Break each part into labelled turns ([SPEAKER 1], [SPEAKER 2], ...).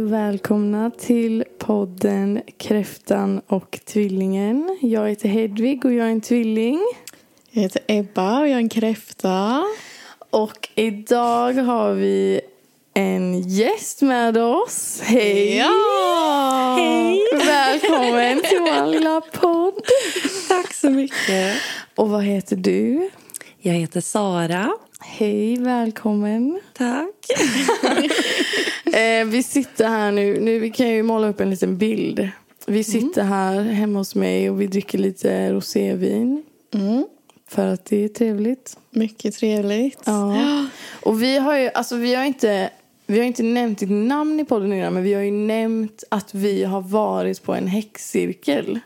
[SPEAKER 1] välkomna till podden Kräftan och tvillingen. Jag heter Hedvig och jag är en tvilling.
[SPEAKER 2] Jag heter Ebba och jag är en kräfta.
[SPEAKER 1] Och idag har vi en gäst med oss. Hej!
[SPEAKER 2] Ja!
[SPEAKER 1] Hej! Välkommen till vår lilla podd.
[SPEAKER 2] Tack så mycket.
[SPEAKER 1] Och vad heter du?
[SPEAKER 3] Jag heter Sara.
[SPEAKER 1] Hej, välkommen.
[SPEAKER 3] Tack.
[SPEAKER 1] Eh, vi sitter här nu. nu. Vi kan ju måla upp en liten bild. Vi sitter här hemma hos mig och vi dricker lite rosévin.
[SPEAKER 2] Mm,
[SPEAKER 1] För att det är trevligt.
[SPEAKER 2] mycket trevligt.
[SPEAKER 1] Ja. Och vi har ju, alltså vi har inte, vi har inte nämnt ditt namn i podden innan men vi har ju nämnt att vi har varit på en häxcirkel.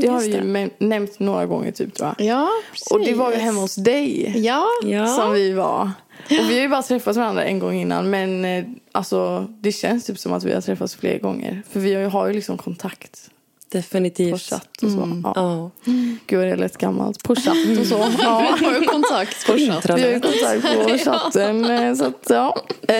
[SPEAKER 1] det har vi ju men- nämnt några gånger typ tror jag.
[SPEAKER 2] Ja, precis.
[SPEAKER 1] Och det var ju hemma hos dig
[SPEAKER 2] Ja,
[SPEAKER 3] Ja.
[SPEAKER 1] som vi var. Och vi har ju bara träffats varandra en gång innan men eh, alltså det känns typ som att vi har träffats fler gånger. För vi har ju, har ju liksom kontakt på
[SPEAKER 3] Definitivt.
[SPEAKER 1] chatt och så. Ja.
[SPEAKER 3] Ja.
[SPEAKER 1] Gud vad det lät gammalt. På chatt och så. Ja.
[SPEAKER 2] vi har ju kontakt på chatt.
[SPEAKER 1] Vi har ju
[SPEAKER 3] Intranet.
[SPEAKER 1] kontakt på chatten. eh, Så att, ja. eh,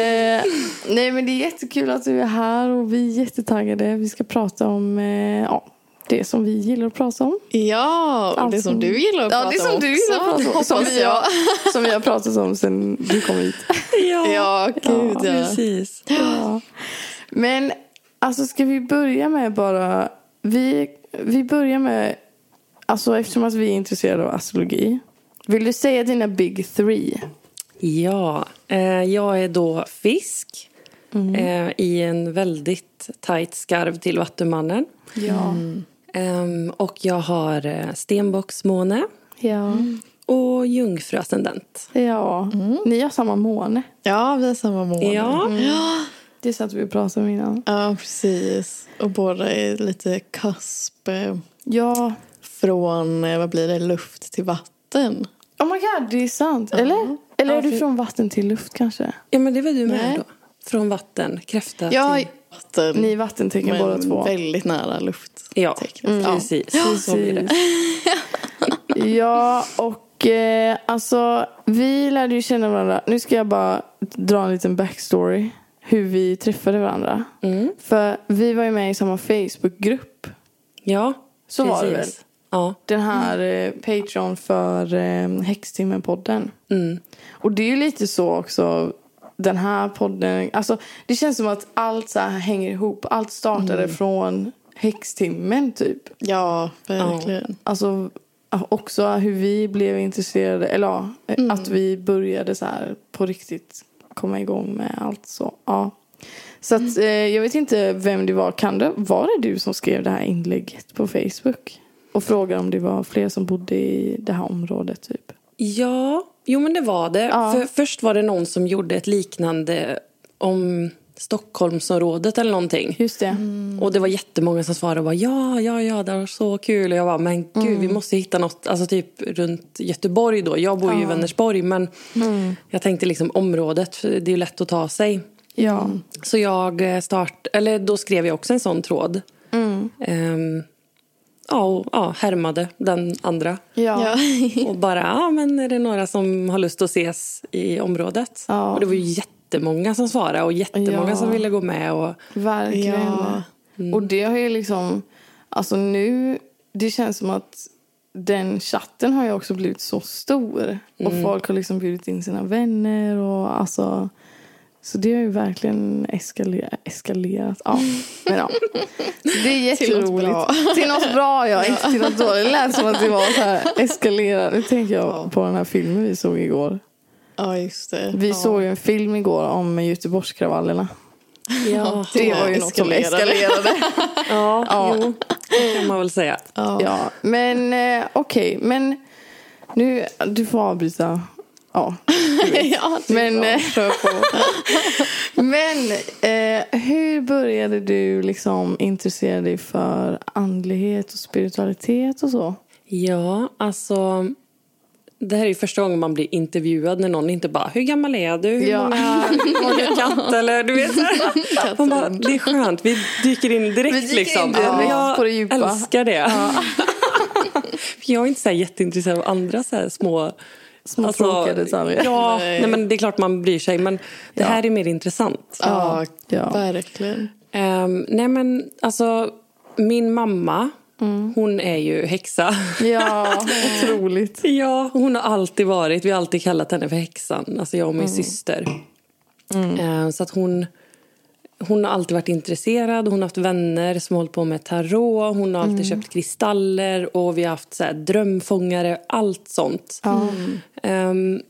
[SPEAKER 1] nej men det är jättekul att du är här och vi är jättetaggade. Vi ska prata om eh, ja, det som vi gillar att prata om.
[SPEAKER 2] Ja, och det
[SPEAKER 1] Alltså.
[SPEAKER 2] som du gillar att
[SPEAKER 1] Ja
[SPEAKER 2] prata
[SPEAKER 1] det som
[SPEAKER 2] om
[SPEAKER 1] du gillar att
[SPEAKER 2] också,
[SPEAKER 1] prata om. Som
[SPEAKER 2] hoppas
[SPEAKER 1] vi,
[SPEAKER 2] jag.
[SPEAKER 1] har, som vi har pratat om sen du kom hit.
[SPEAKER 3] Ja.
[SPEAKER 2] Ja, gud ja.
[SPEAKER 3] Precis.
[SPEAKER 1] Ja. Men alltså ska vi börja med bara. Vi, vi börjar med. Alltså eftersom att vi är intresserade av astrologi. Vill du säga dina big three?
[SPEAKER 3] Ja. Eh, jag är då fisk eh, i en väldigt tajt skarv till Vattumannen.
[SPEAKER 1] Ja.
[SPEAKER 3] Ehm, och jag har eh, stenbocksmåne
[SPEAKER 1] Ja.
[SPEAKER 3] och jungfruascendent.
[SPEAKER 1] Ja, ni har samma måne.
[SPEAKER 2] Ja, vi har samma mål.
[SPEAKER 3] Ja.
[SPEAKER 1] Det satt vi och pratade om innan.
[SPEAKER 2] ja, precis. Och båda är lite kasp eh,
[SPEAKER 1] Ja,
[SPEAKER 2] från, eh, vad blir det, luft till vatten.
[SPEAKER 1] oh my god, det är sant. Eller? Eller är du från vatten till luft kanske?
[SPEAKER 3] ja, men det var du med
[SPEAKER 2] Nej.
[SPEAKER 3] då. Från vatten, kräfta
[SPEAKER 2] Ja,
[SPEAKER 3] till...
[SPEAKER 2] vatten.
[SPEAKER 1] Ni är vattentecken
[SPEAKER 2] men
[SPEAKER 1] båda två.
[SPEAKER 2] väldigt nära luft.
[SPEAKER 3] Ja,
[SPEAKER 2] Tekniskt.
[SPEAKER 3] mm.
[SPEAKER 2] Ja.
[SPEAKER 3] precis. Så blir det.
[SPEAKER 1] Ja, och eh, alltså vi lärde ju känna varandra. Nu ska jag bara dra en liten backstory. Hur vi träffade varandra. För vi var ju med i samma Facebookgrupp.
[SPEAKER 3] Ja,
[SPEAKER 1] Så var det
[SPEAKER 3] precis. Ja.
[SPEAKER 1] Den här eh, Patreon för eh, Häxtimmen-podden.
[SPEAKER 3] Mm.
[SPEAKER 1] Och det är ju lite så också den här podden. Alltså det känns som att allt så här hänger ihop. Allt startade från häxtimmen typ.
[SPEAKER 2] Ja, verkligen.
[SPEAKER 1] Alltså också hur vi blev intresserade. Eller ja, att vi började så här på riktigt komma igång med allt så. Ja. Så att eh, jag vet inte vem det var. Kan det, var det du som skrev det här inlägget på Facebook? Och frågade om det var fler som bodde i det här området typ.
[SPEAKER 3] Ja, jo men det var det.
[SPEAKER 1] Ja.
[SPEAKER 3] För, först var det någon som gjorde ett liknande om Stockholmsområdet eller någonting.
[SPEAKER 1] Just det.
[SPEAKER 3] Och det var jättemånga som svarade och bara ja, ja, ja, det var så kul. Och jag bara men gud, vi måste hitta något, alltså typ runt Göteborg då. Jag bor ju i Vänersborg men jag tänkte liksom området, för det är ju lätt att ta sig.
[SPEAKER 1] Ja.
[SPEAKER 3] Så jag eh, start, eller då skrev jag också en sån tråd.
[SPEAKER 1] Mm.
[SPEAKER 3] Ehm, ja, och ja, härmade den andra.
[SPEAKER 1] Ja.
[SPEAKER 2] Ja.
[SPEAKER 3] Och bara, ja men är det några som har lust att ses i området?
[SPEAKER 1] Ja.
[SPEAKER 3] Och det var ju jättemånga som svarade och jättemånga
[SPEAKER 1] Ja.
[SPEAKER 3] som ville gå med. Och,
[SPEAKER 1] Verkligen.
[SPEAKER 2] Ja.
[SPEAKER 1] Och det har ju liksom... Alltså nu... Det känns som att den chatten har ju också blivit så stor. Och folk har liksom bjudit in sina vänner och alltså... Så det har ju verkligen eskale- eskalerat. Ja, men ja. Så det är
[SPEAKER 2] Till något
[SPEAKER 1] jätteroligt.
[SPEAKER 2] bra.
[SPEAKER 1] Till något bra, ja. Inte till något dåligt. Det lät som att det var så här eskalerat. Nu tänker jag på den här filmen vi såg igår.
[SPEAKER 2] ja, just det.
[SPEAKER 1] Vi
[SPEAKER 2] ja.
[SPEAKER 1] såg ju en film igår om Göteborgskravallerna.
[SPEAKER 3] ja,
[SPEAKER 1] Det var ju något som eskalerade.
[SPEAKER 3] ja, Jo, det kan man väl säga.
[SPEAKER 2] Ja.
[SPEAKER 1] Ja, men eh, okej. Men nu, du får avbryta. Ja.
[SPEAKER 2] ja, typ. det är
[SPEAKER 1] Men,
[SPEAKER 2] bra.
[SPEAKER 1] eh, men eh, hur började du liksom intressera dig för andlighet och spiritualitet och så?
[SPEAKER 3] Ja, alltså. Det här är ju första gången man blir intervjuad när någon inte bara “Hur gammal är du? Hur
[SPEAKER 1] Ja.
[SPEAKER 3] många har du katt?” eller du vet. så här. Man bara, det är skönt, vi dyker in direkt
[SPEAKER 1] Vi dyker in
[SPEAKER 3] liksom.
[SPEAKER 1] direkt
[SPEAKER 3] jag
[SPEAKER 1] på det djupa.
[SPEAKER 3] älskar det. För jag är inte så här jätteintresserad av andra så här små alltså,
[SPEAKER 1] Små tråkiga detaljer.
[SPEAKER 3] Ja,
[SPEAKER 2] Nej.
[SPEAKER 3] nej. men det är klart man bryr sig men det
[SPEAKER 1] Ja.
[SPEAKER 3] här är mer intressant.
[SPEAKER 2] ja,
[SPEAKER 1] Ja.
[SPEAKER 2] verkligen.
[SPEAKER 3] Ehm, nej men alltså, min mamma,
[SPEAKER 1] Mm.
[SPEAKER 3] hon är ju häxa.
[SPEAKER 1] Ja, otroligt.
[SPEAKER 3] Ja, hon har alltid varit. Vi har alltid kallat henne för häxan. Alltså jag och min syster. Eh, Så att hon, hon har alltid varit intresserad. Hon har haft vänner som har hållit på med tarot. Hon har alltid köpt kristaller och vi har haft så här, drömfångare. Allt sånt. Ehm,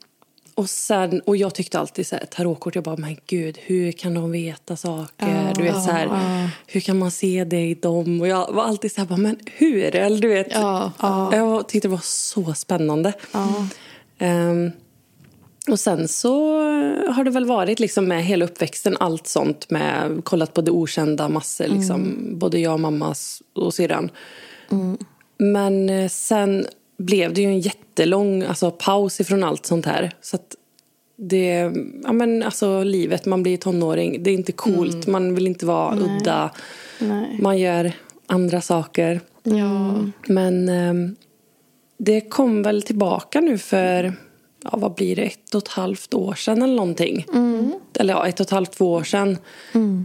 [SPEAKER 3] och, sen, och jag tyckte alltid så här, tarotkort, jag bara men gud hur kan de veta saker? du vet så här, hur kan man se det i dem? Och jag var alltid så här, bara, men hur? Eller du vet,
[SPEAKER 2] Ja.
[SPEAKER 3] jag tyckte det var så spännande. Ehm, och sen så har det väl varit liksom med hela uppväxten allt sånt med kollat på det okända massor liksom. Både jag, mamma s- och syrran. Men eh, sen blev det ju en jättelång alltså, paus ifrån allt sånt här. Så att det, ja men alltså livet, man blir tonåring, det är inte coolt, man vill inte vara udda.
[SPEAKER 1] Nej. Mm,
[SPEAKER 3] Man gör andra saker. Men ehm, det kom väl tillbaka nu för, ja, vad blir det, ett och ett halvt år sedan eller någonting. Eller ja, ett och ett halvt, två år sedan.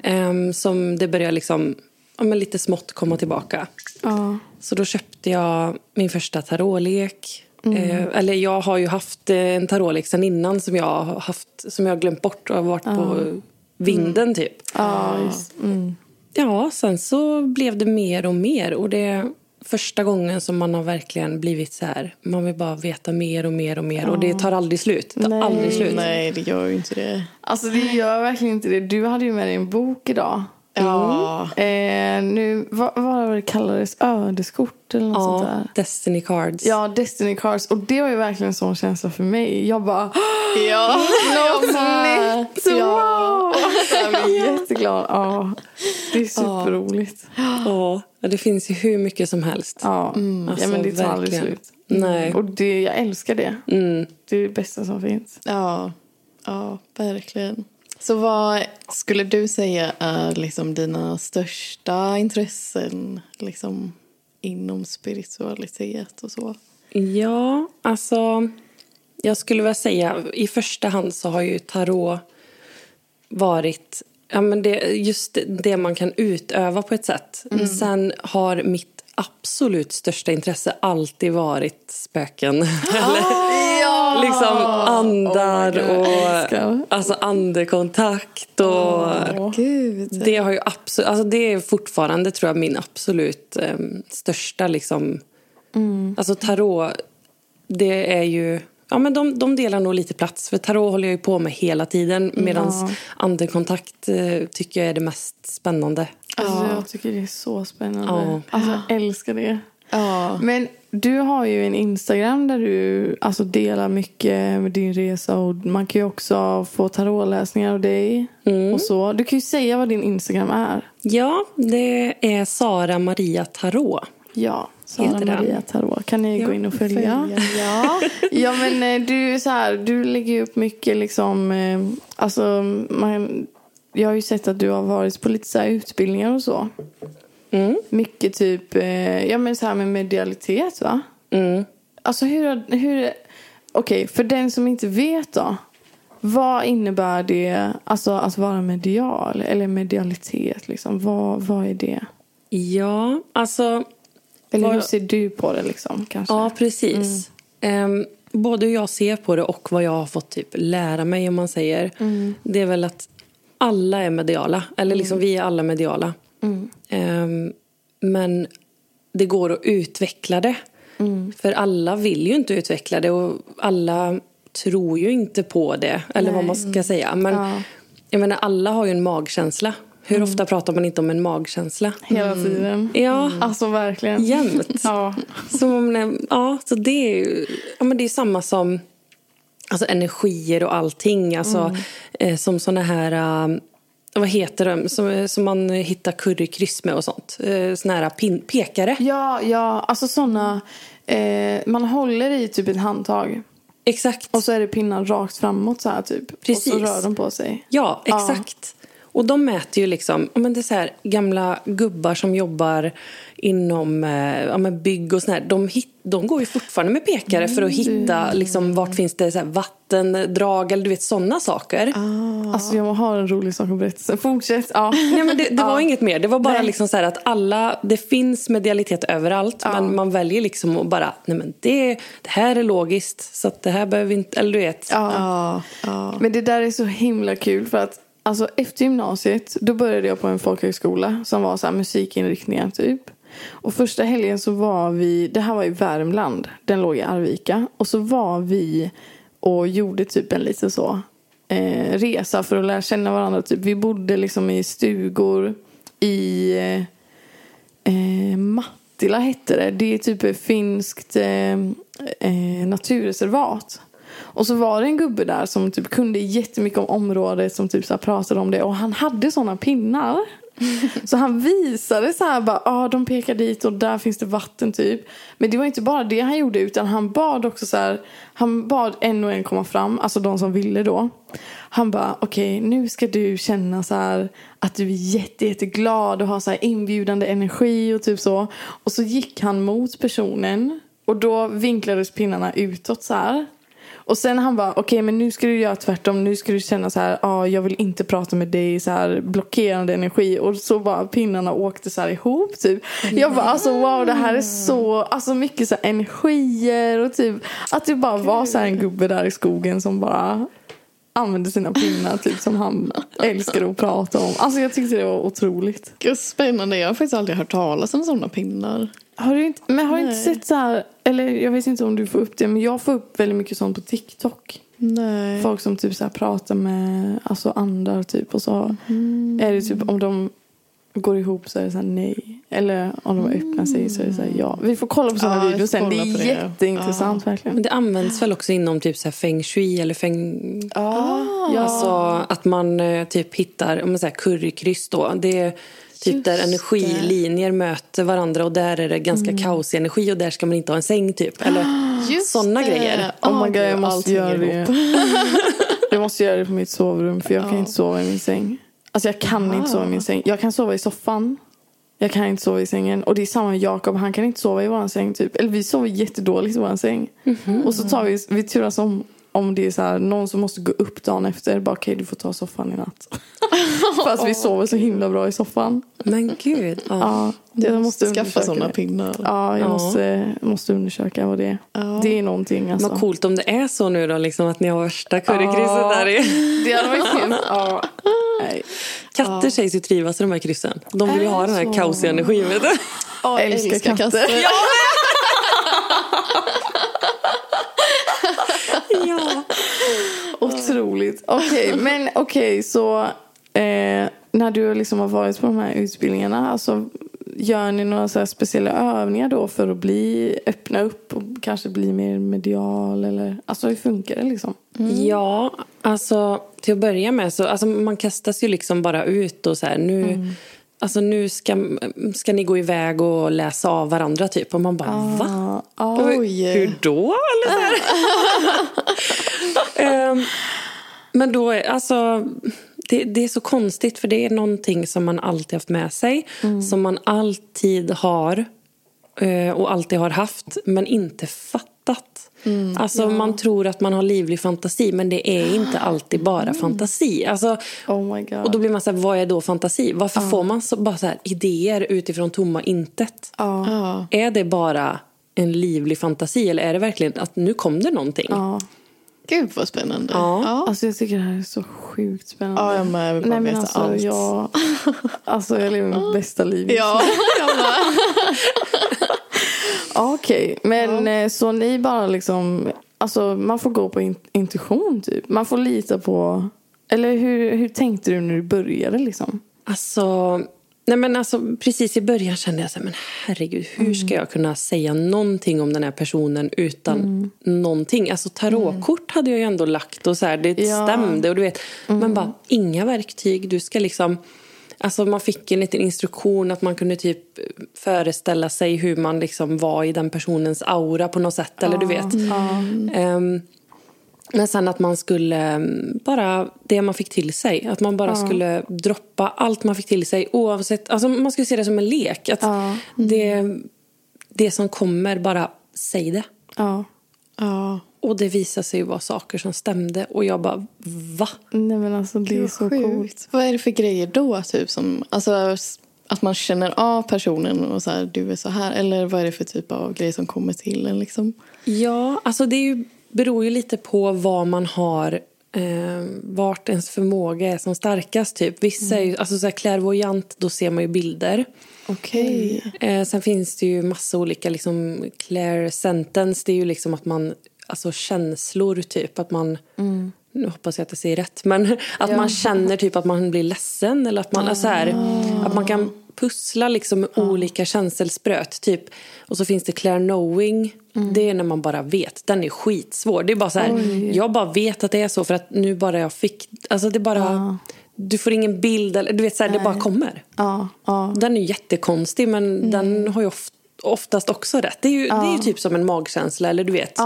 [SPEAKER 3] Ehm, som det började liksom, ja men lite smått komma tillbaka.
[SPEAKER 1] Ja.
[SPEAKER 3] Så då köpte jag min första tarotlek.
[SPEAKER 1] Mm.
[SPEAKER 3] Eh, eller jag har ju haft eh, en tarotlek sedan innan som jag har haft, som jag har glömt bort och har varit på vinden typ.
[SPEAKER 1] Ja, Ah. Mm. just. Mm.
[SPEAKER 3] Ja, sen så blev det mer och mer. Och det är första gången som man har verkligen blivit så här. Man vill bara veta mer och mer och mer. Och det tar aldrig slut. Det tar
[SPEAKER 1] Ah. Nej.
[SPEAKER 3] aldrig slut.
[SPEAKER 2] Nej, det gör ju inte det.
[SPEAKER 1] Alltså det gör verkligen inte det. Du hade ju med dig en bok idag.
[SPEAKER 2] Ja.
[SPEAKER 1] Eh, nu, vad, vad var det kallades? Ödeskort eller något sånt
[SPEAKER 3] Ja,
[SPEAKER 1] där?
[SPEAKER 3] Destiny Cards.
[SPEAKER 1] Ja, Destiny Cars. Och det var ju verkligen en sån känsla för mig. Jag bara,
[SPEAKER 2] Ja.
[SPEAKER 1] något
[SPEAKER 2] med.
[SPEAKER 1] nytt! Wow! Jag blev jätteglad. Ja, det är superroligt.
[SPEAKER 3] Ja, det finns ju hur mycket som helst.
[SPEAKER 1] Ja,
[SPEAKER 3] Alltså,
[SPEAKER 1] ja men det tar aldrig
[SPEAKER 3] verkligen.
[SPEAKER 1] slut. Mm.
[SPEAKER 3] Nej.
[SPEAKER 1] Och det, jag älskar det. Det är det bästa som finns.
[SPEAKER 2] Ja. Ja, verkligen. Så vad skulle du säga är liksom dina största intressen liksom inom spiritualitet och så?
[SPEAKER 3] Ja, alltså... Jag skulle väl säga, i första hand så har ju tarot varit ja, men det, just det man kan utöva på ett sätt. Sen har mitt absolut största intresse alltid varit spöken. Eller liksom andar
[SPEAKER 1] älskar.
[SPEAKER 3] och alltså andekontakt. Och,
[SPEAKER 2] Gud.
[SPEAKER 3] det har ju absolut, alltså det är fortfarande tror jag min absolut em, största liksom. Alltså tarot, det är ju, ja men de, de delar nog lite plats. För tarot håller jag ju på med hela tiden. Medan andekontakt eh, tycker jag är det mest spännande.
[SPEAKER 1] Alltså, Jag tycker det är så spännande.
[SPEAKER 3] Ja.
[SPEAKER 1] Alltså, jag älskar det.
[SPEAKER 2] Ja.
[SPEAKER 1] Men du har ju en Instagram där du alltså, delar mycket med din resa. Och man kan ju också få tarotläsningar av dig. Och så. Du kan ju säga vad din Instagram är.
[SPEAKER 3] Ja, det är Sara Maria Tarot.
[SPEAKER 1] Ja,
[SPEAKER 3] Heter den.
[SPEAKER 1] Sara Maria Tarot. Kan ni gå in och följa?
[SPEAKER 2] Ja.
[SPEAKER 1] Ja men eh, du är så här, du lägger ju upp mycket liksom, eh, alltså man, jag har ju sett att du har varit på lite så här utbildningar och så. Mycket typ, eh, ja men så här med medialitet va?
[SPEAKER 3] Mm.
[SPEAKER 1] Alltså hur, har- hur okej för den som inte vet då. Vad innebär det, alltså att vara medial eller medialitet liksom? Vad, vad är det?
[SPEAKER 3] Ja, alltså
[SPEAKER 1] Eller
[SPEAKER 3] Vad-
[SPEAKER 1] hur ser du på det liksom kanske?
[SPEAKER 3] Ja, precis. Ehm, både hur jag ser på det och vad jag har fått typ lära mig, om man säger. Det är väl att alla är mediala. Eller liksom vi är alla mediala. Ehm, men det går att utveckla det. För alla vill ju inte utveckla det och alla tror ju inte på det. Eller vad man ska säga. Men jag menar, alla har ju en magkänsla. Hur ofta pratar man inte om en magkänsla?
[SPEAKER 1] Hela tiden.
[SPEAKER 3] Ja,
[SPEAKER 1] Alltså verkligen.
[SPEAKER 3] jämt.
[SPEAKER 1] Ja.
[SPEAKER 3] Som om, det- ja, så det är ju ja, men det är samma som alltså, energier och allting. Alltså, eh, som såna här, eh, vad heter de, som, eh, som man hittar currykryss med och sånt. Eh, såna här pin- pekare.
[SPEAKER 1] Ja, ja, alltså såna eh, man håller i typ ett handtag
[SPEAKER 3] Exakt.
[SPEAKER 1] och så är det pinnar rakt framåt så här typ. Och
[SPEAKER 3] Precis.
[SPEAKER 1] så rör de på sig.
[SPEAKER 3] Ja, exakt. Och de mäter ju liksom, ja, men det är så här, gamla gubbar som jobbar inom eh, ja, men bygg och sådär. De, hit, de går ju fortfarande med pekare för att hitta liksom, vart finns det så här, vattendrag eller du vet sådana saker.
[SPEAKER 1] Alltså jag har en rolig sak att berätta. Så Fortsätt. Ja.
[SPEAKER 3] Nej, men det det var
[SPEAKER 1] Ja.
[SPEAKER 3] inget mer. Det var bara
[SPEAKER 1] Nej.
[SPEAKER 3] liksom så här att alla, det finns medialitet överallt men man väljer liksom att bara, nej men det, det här är logiskt så att det här behöver vi inte, eller du vet.
[SPEAKER 1] Ja.
[SPEAKER 2] Ja, ja.
[SPEAKER 1] Men det där är så himla kul för att alltså, efter gymnasiet då började jag på en folkhögskola som var så här musikinriktningar typ. Och första helgen så var vi, det här var i Värmland, den låg i Arvika. Och så var vi och gjorde typ en liten så eh, resa för att lära känna varandra. Typ. Vi bodde liksom i stugor i eh, Eh, Mattila hette det. Det är typ ett finskt eh, eh, naturreservat. Och så var det en gubbe där som typ kunde jättemycket om området som typ så här pratade om det och han hade sådana pinnar. Så han visade så här bara, ah, de pekar dit och där finns det vatten typ. Men det var inte bara det han gjorde utan han bad också så här, han bad en och en komma fram, alltså de som ville då. Han bara, okej nu ska du känna så här att du är jätte, jätteglad och har så här inbjudande energi och typ så. Och så gick han mot personen och då vinklades pinnarna utåt så här. Och sen han bara, okej men nu ska du göra tvärtom. Nu ska du känna så här, ah, jag vill inte prata med dig. Så här blockerande energi. Och så bara pinnarna åkte så här ihop typ. Jag bara, alltså wow det här är så, alltså mycket så här energier och typ. Att det bara var så här en gubbe där i skogen som bara använde sina pinnar typ som han älskar att prata om. Alltså jag tyckte det var otroligt.
[SPEAKER 2] Gud, spännande. Jag har faktiskt aldrig hört talas om sådana pinnar.
[SPEAKER 1] Har du inte, men har du inte
[SPEAKER 2] Nej.
[SPEAKER 1] sett så här, eller jag vet inte om du får upp det, men jag får upp väldigt mycket sånt på TikTok.
[SPEAKER 2] Nej.
[SPEAKER 1] Folk som typ så här pratar med alltså andar typ och så
[SPEAKER 2] Mm.
[SPEAKER 1] är det typ om de går ihop så är det så här nej. Eller om de öppnar sig så är det så här ja. Vi får kolla på sådana
[SPEAKER 2] Ja, vi
[SPEAKER 1] videor
[SPEAKER 2] får
[SPEAKER 1] sen. Det
[SPEAKER 2] kolla
[SPEAKER 1] är
[SPEAKER 2] på det.
[SPEAKER 1] jätteintressant verkligen.
[SPEAKER 3] Men det används väl också inom typ så här feng shui eller feng...
[SPEAKER 1] Ja, ja.
[SPEAKER 3] Alltså att man eh, typ hittar om man säger currykryss då. Det är typ
[SPEAKER 2] Just
[SPEAKER 3] där
[SPEAKER 2] det.
[SPEAKER 3] energilinjer möter varandra och där är det ganska
[SPEAKER 1] Mm.
[SPEAKER 3] kaosig energi och där ska man inte ha en säng typ. Eller
[SPEAKER 2] Just
[SPEAKER 3] sådana
[SPEAKER 2] det.
[SPEAKER 3] grejer.
[SPEAKER 1] Oh my
[SPEAKER 2] Ja,
[SPEAKER 1] god, jag
[SPEAKER 2] gud,
[SPEAKER 1] måste
[SPEAKER 2] allting
[SPEAKER 1] göra
[SPEAKER 2] är
[SPEAKER 1] det.
[SPEAKER 2] ihop.
[SPEAKER 1] jag måste göra det på mitt sovrum för jag kan
[SPEAKER 2] Ja. Ah.
[SPEAKER 1] inte sova i min säng. Alltså jag kan inte sova i min säng. Jag kan sova i soffan. Jag kan inte sova i sängen. Och det är samma med Jakob. Han kan inte sova i våran säng typ. Eller vi sover jättedåligt i våran säng.
[SPEAKER 2] Mhm.
[SPEAKER 1] Och så tar vi, vi turas om. Om det är så här, någon som måste gå upp dagen efter. Bara okej du får ta soffan i natt. Fast vi sover så himla bra i soffan.
[SPEAKER 3] Men gud. Ja.
[SPEAKER 1] Ja, jag måste
[SPEAKER 2] Skaffa
[SPEAKER 1] undersöka
[SPEAKER 2] sådana
[SPEAKER 1] det.
[SPEAKER 2] pinnar.
[SPEAKER 1] Ja, jag
[SPEAKER 3] Ja.
[SPEAKER 1] Måste, måste undersöka vad det är. Det är någonting alltså.
[SPEAKER 3] Vad coolt om det är så nu då liksom att ni har värsta currykrysset
[SPEAKER 1] Ja.
[SPEAKER 3] där i.
[SPEAKER 1] Det hade varit kul. Ja. Nej.
[SPEAKER 3] Katter sägs ju trivas i de här kryssen. De vill ju
[SPEAKER 1] Är
[SPEAKER 3] ha
[SPEAKER 1] det
[SPEAKER 3] den här
[SPEAKER 1] så?
[SPEAKER 3] kaosiga energin vet du.
[SPEAKER 2] Jag
[SPEAKER 1] älskar katter.
[SPEAKER 3] Ja.
[SPEAKER 1] Otroligt. Okej, men okej så eh, när du liksom har varit på de här utbildningarna, alltså, gör ni några så här speciella övningar då för att bli, öppna upp och kanske bli mer medial eller, alltså hur funkar det liksom?
[SPEAKER 3] Ja, alltså till att börja med så alltså, man kastas ju liksom bara ut och så här nu,
[SPEAKER 1] Mm.
[SPEAKER 3] alltså, nu ska, ska ni gå iväg och läsa av varandra typ och man bara va?
[SPEAKER 1] Ja.
[SPEAKER 2] Oj.
[SPEAKER 3] Hur då? Eller så här. Ehm, men då, är- alltså, det, det är så konstigt för det är någonting som man alltid haft med sig. Som man alltid har eh, och alltid har haft men inte fattat. alltså man tror att man har livlig fantasi men det är inte alltid bara fantasi. Alltså,
[SPEAKER 1] Oh my god.
[SPEAKER 3] och då blir man så här, vad är då fantasi? Varför får man så, bara så här, idéer utifrån tomma intet?
[SPEAKER 1] ja.
[SPEAKER 2] Ja.
[SPEAKER 3] Är det bara en livlig fantasi eller är det verkligen att nu kom det någonting?
[SPEAKER 1] ja.
[SPEAKER 2] Gud vad spännande. Ah.
[SPEAKER 3] Ja.
[SPEAKER 2] ja.
[SPEAKER 1] Alltså jag tycker det här är så sjukt spännande.
[SPEAKER 2] Ja, jag med. Vi
[SPEAKER 1] Nej
[SPEAKER 2] bara
[SPEAKER 1] men
[SPEAKER 2] veta
[SPEAKER 1] alltså
[SPEAKER 2] allt.
[SPEAKER 1] jag, alltså jag lever mitt bästa liv just
[SPEAKER 2] Ja, jag med.
[SPEAKER 1] Ja, Okej, men eh, så ni bara liksom... Alltså man får gå på in- intuition typ. Man får lita på... Eller hur, hur tänkte du när du började liksom?
[SPEAKER 3] Alltså, nej men alltså, precis i början kände jag så här, men herregud,
[SPEAKER 1] Mm.
[SPEAKER 3] hur ska jag kunna säga någonting om den här personen utan
[SPEAKER 1] Mm.
[SPEAKER 3] någonting? Alltså tarotkort hade jag ju ändå lagt och så här, det
[SPEAKER 1] Ja. Mm.
[SPEAKER 3] stämde och du vet, men bara inga verktyg, du ska liksom Alltså man fick en liten instruktion att man kunde typ föreställa sig hur man
[SPEAKER 2] Mm.
[SPEAKER 3] liksom var i den personens aura på något sätt. Eller du vet. Ehm, Men sen att man skulle mm, bara, det man fick till sig. Att man bara skulle droppa allt man fick till sig oavsett. Alltså man skulle se det som en lek. Att det, det som kommer, bara säg det.
[SPEAKER 1] Ja.
[SPEAKER 2] Ja.
[SPEAKER 3] Och det visade sig ju vara saker som stämde. Och jag bara, va?
[SPEAKER 1] Nej men alltså det är
[SPEAKER 2] Vad
[SPEAKER 1] så
[SPEAKER 2] sjukt.
[SPEAKER 1] coolt.
[SPEAKER 2] Vad är det för grejer då? Typ, som, alltså, s- att man känner av personen och så här, du är så här. Eller vad är det för typ av grejer som kommer till en? Liksom?
[SPEAKER 3] Ja, alltså det är ju, beror ju lite på vad man har eh, vart ens förmåga är som starkast. Typ. Vissa är ju, alltså så här klärvoajant, då ser man ju bilder.
[SPEAKER 2] Okej.
[SPEAKER 3] Eh, sen finns det ju massa olika liksom, clear sentence. Det är ju liksom att man, alltså känslor typ. Att man, nu hoppas jag att jag säger rätt, men att man känner typ att man blir ledsen eller att man, alltså här, att man kan pussla liksom med olika känselspröt. Typ. Och så finns det clear knowing. Det är när man bara vet. Den är skitsvår. Det är bara så här, jag bara vet att det är så för att nu bara jag fick, alltså det är bara, du får ingen bild eller du vet så här, det bara kommer.
[SPEAKER 1] Ja, ja.
[SPEAKER 3] Den är ju jättekonstig men
[SPEAKER 1] Mm.
[SPEAKER 3] den har ju of- oftast också rätt. Det är, ju, det är ju typ som en magkänsla eller du vet.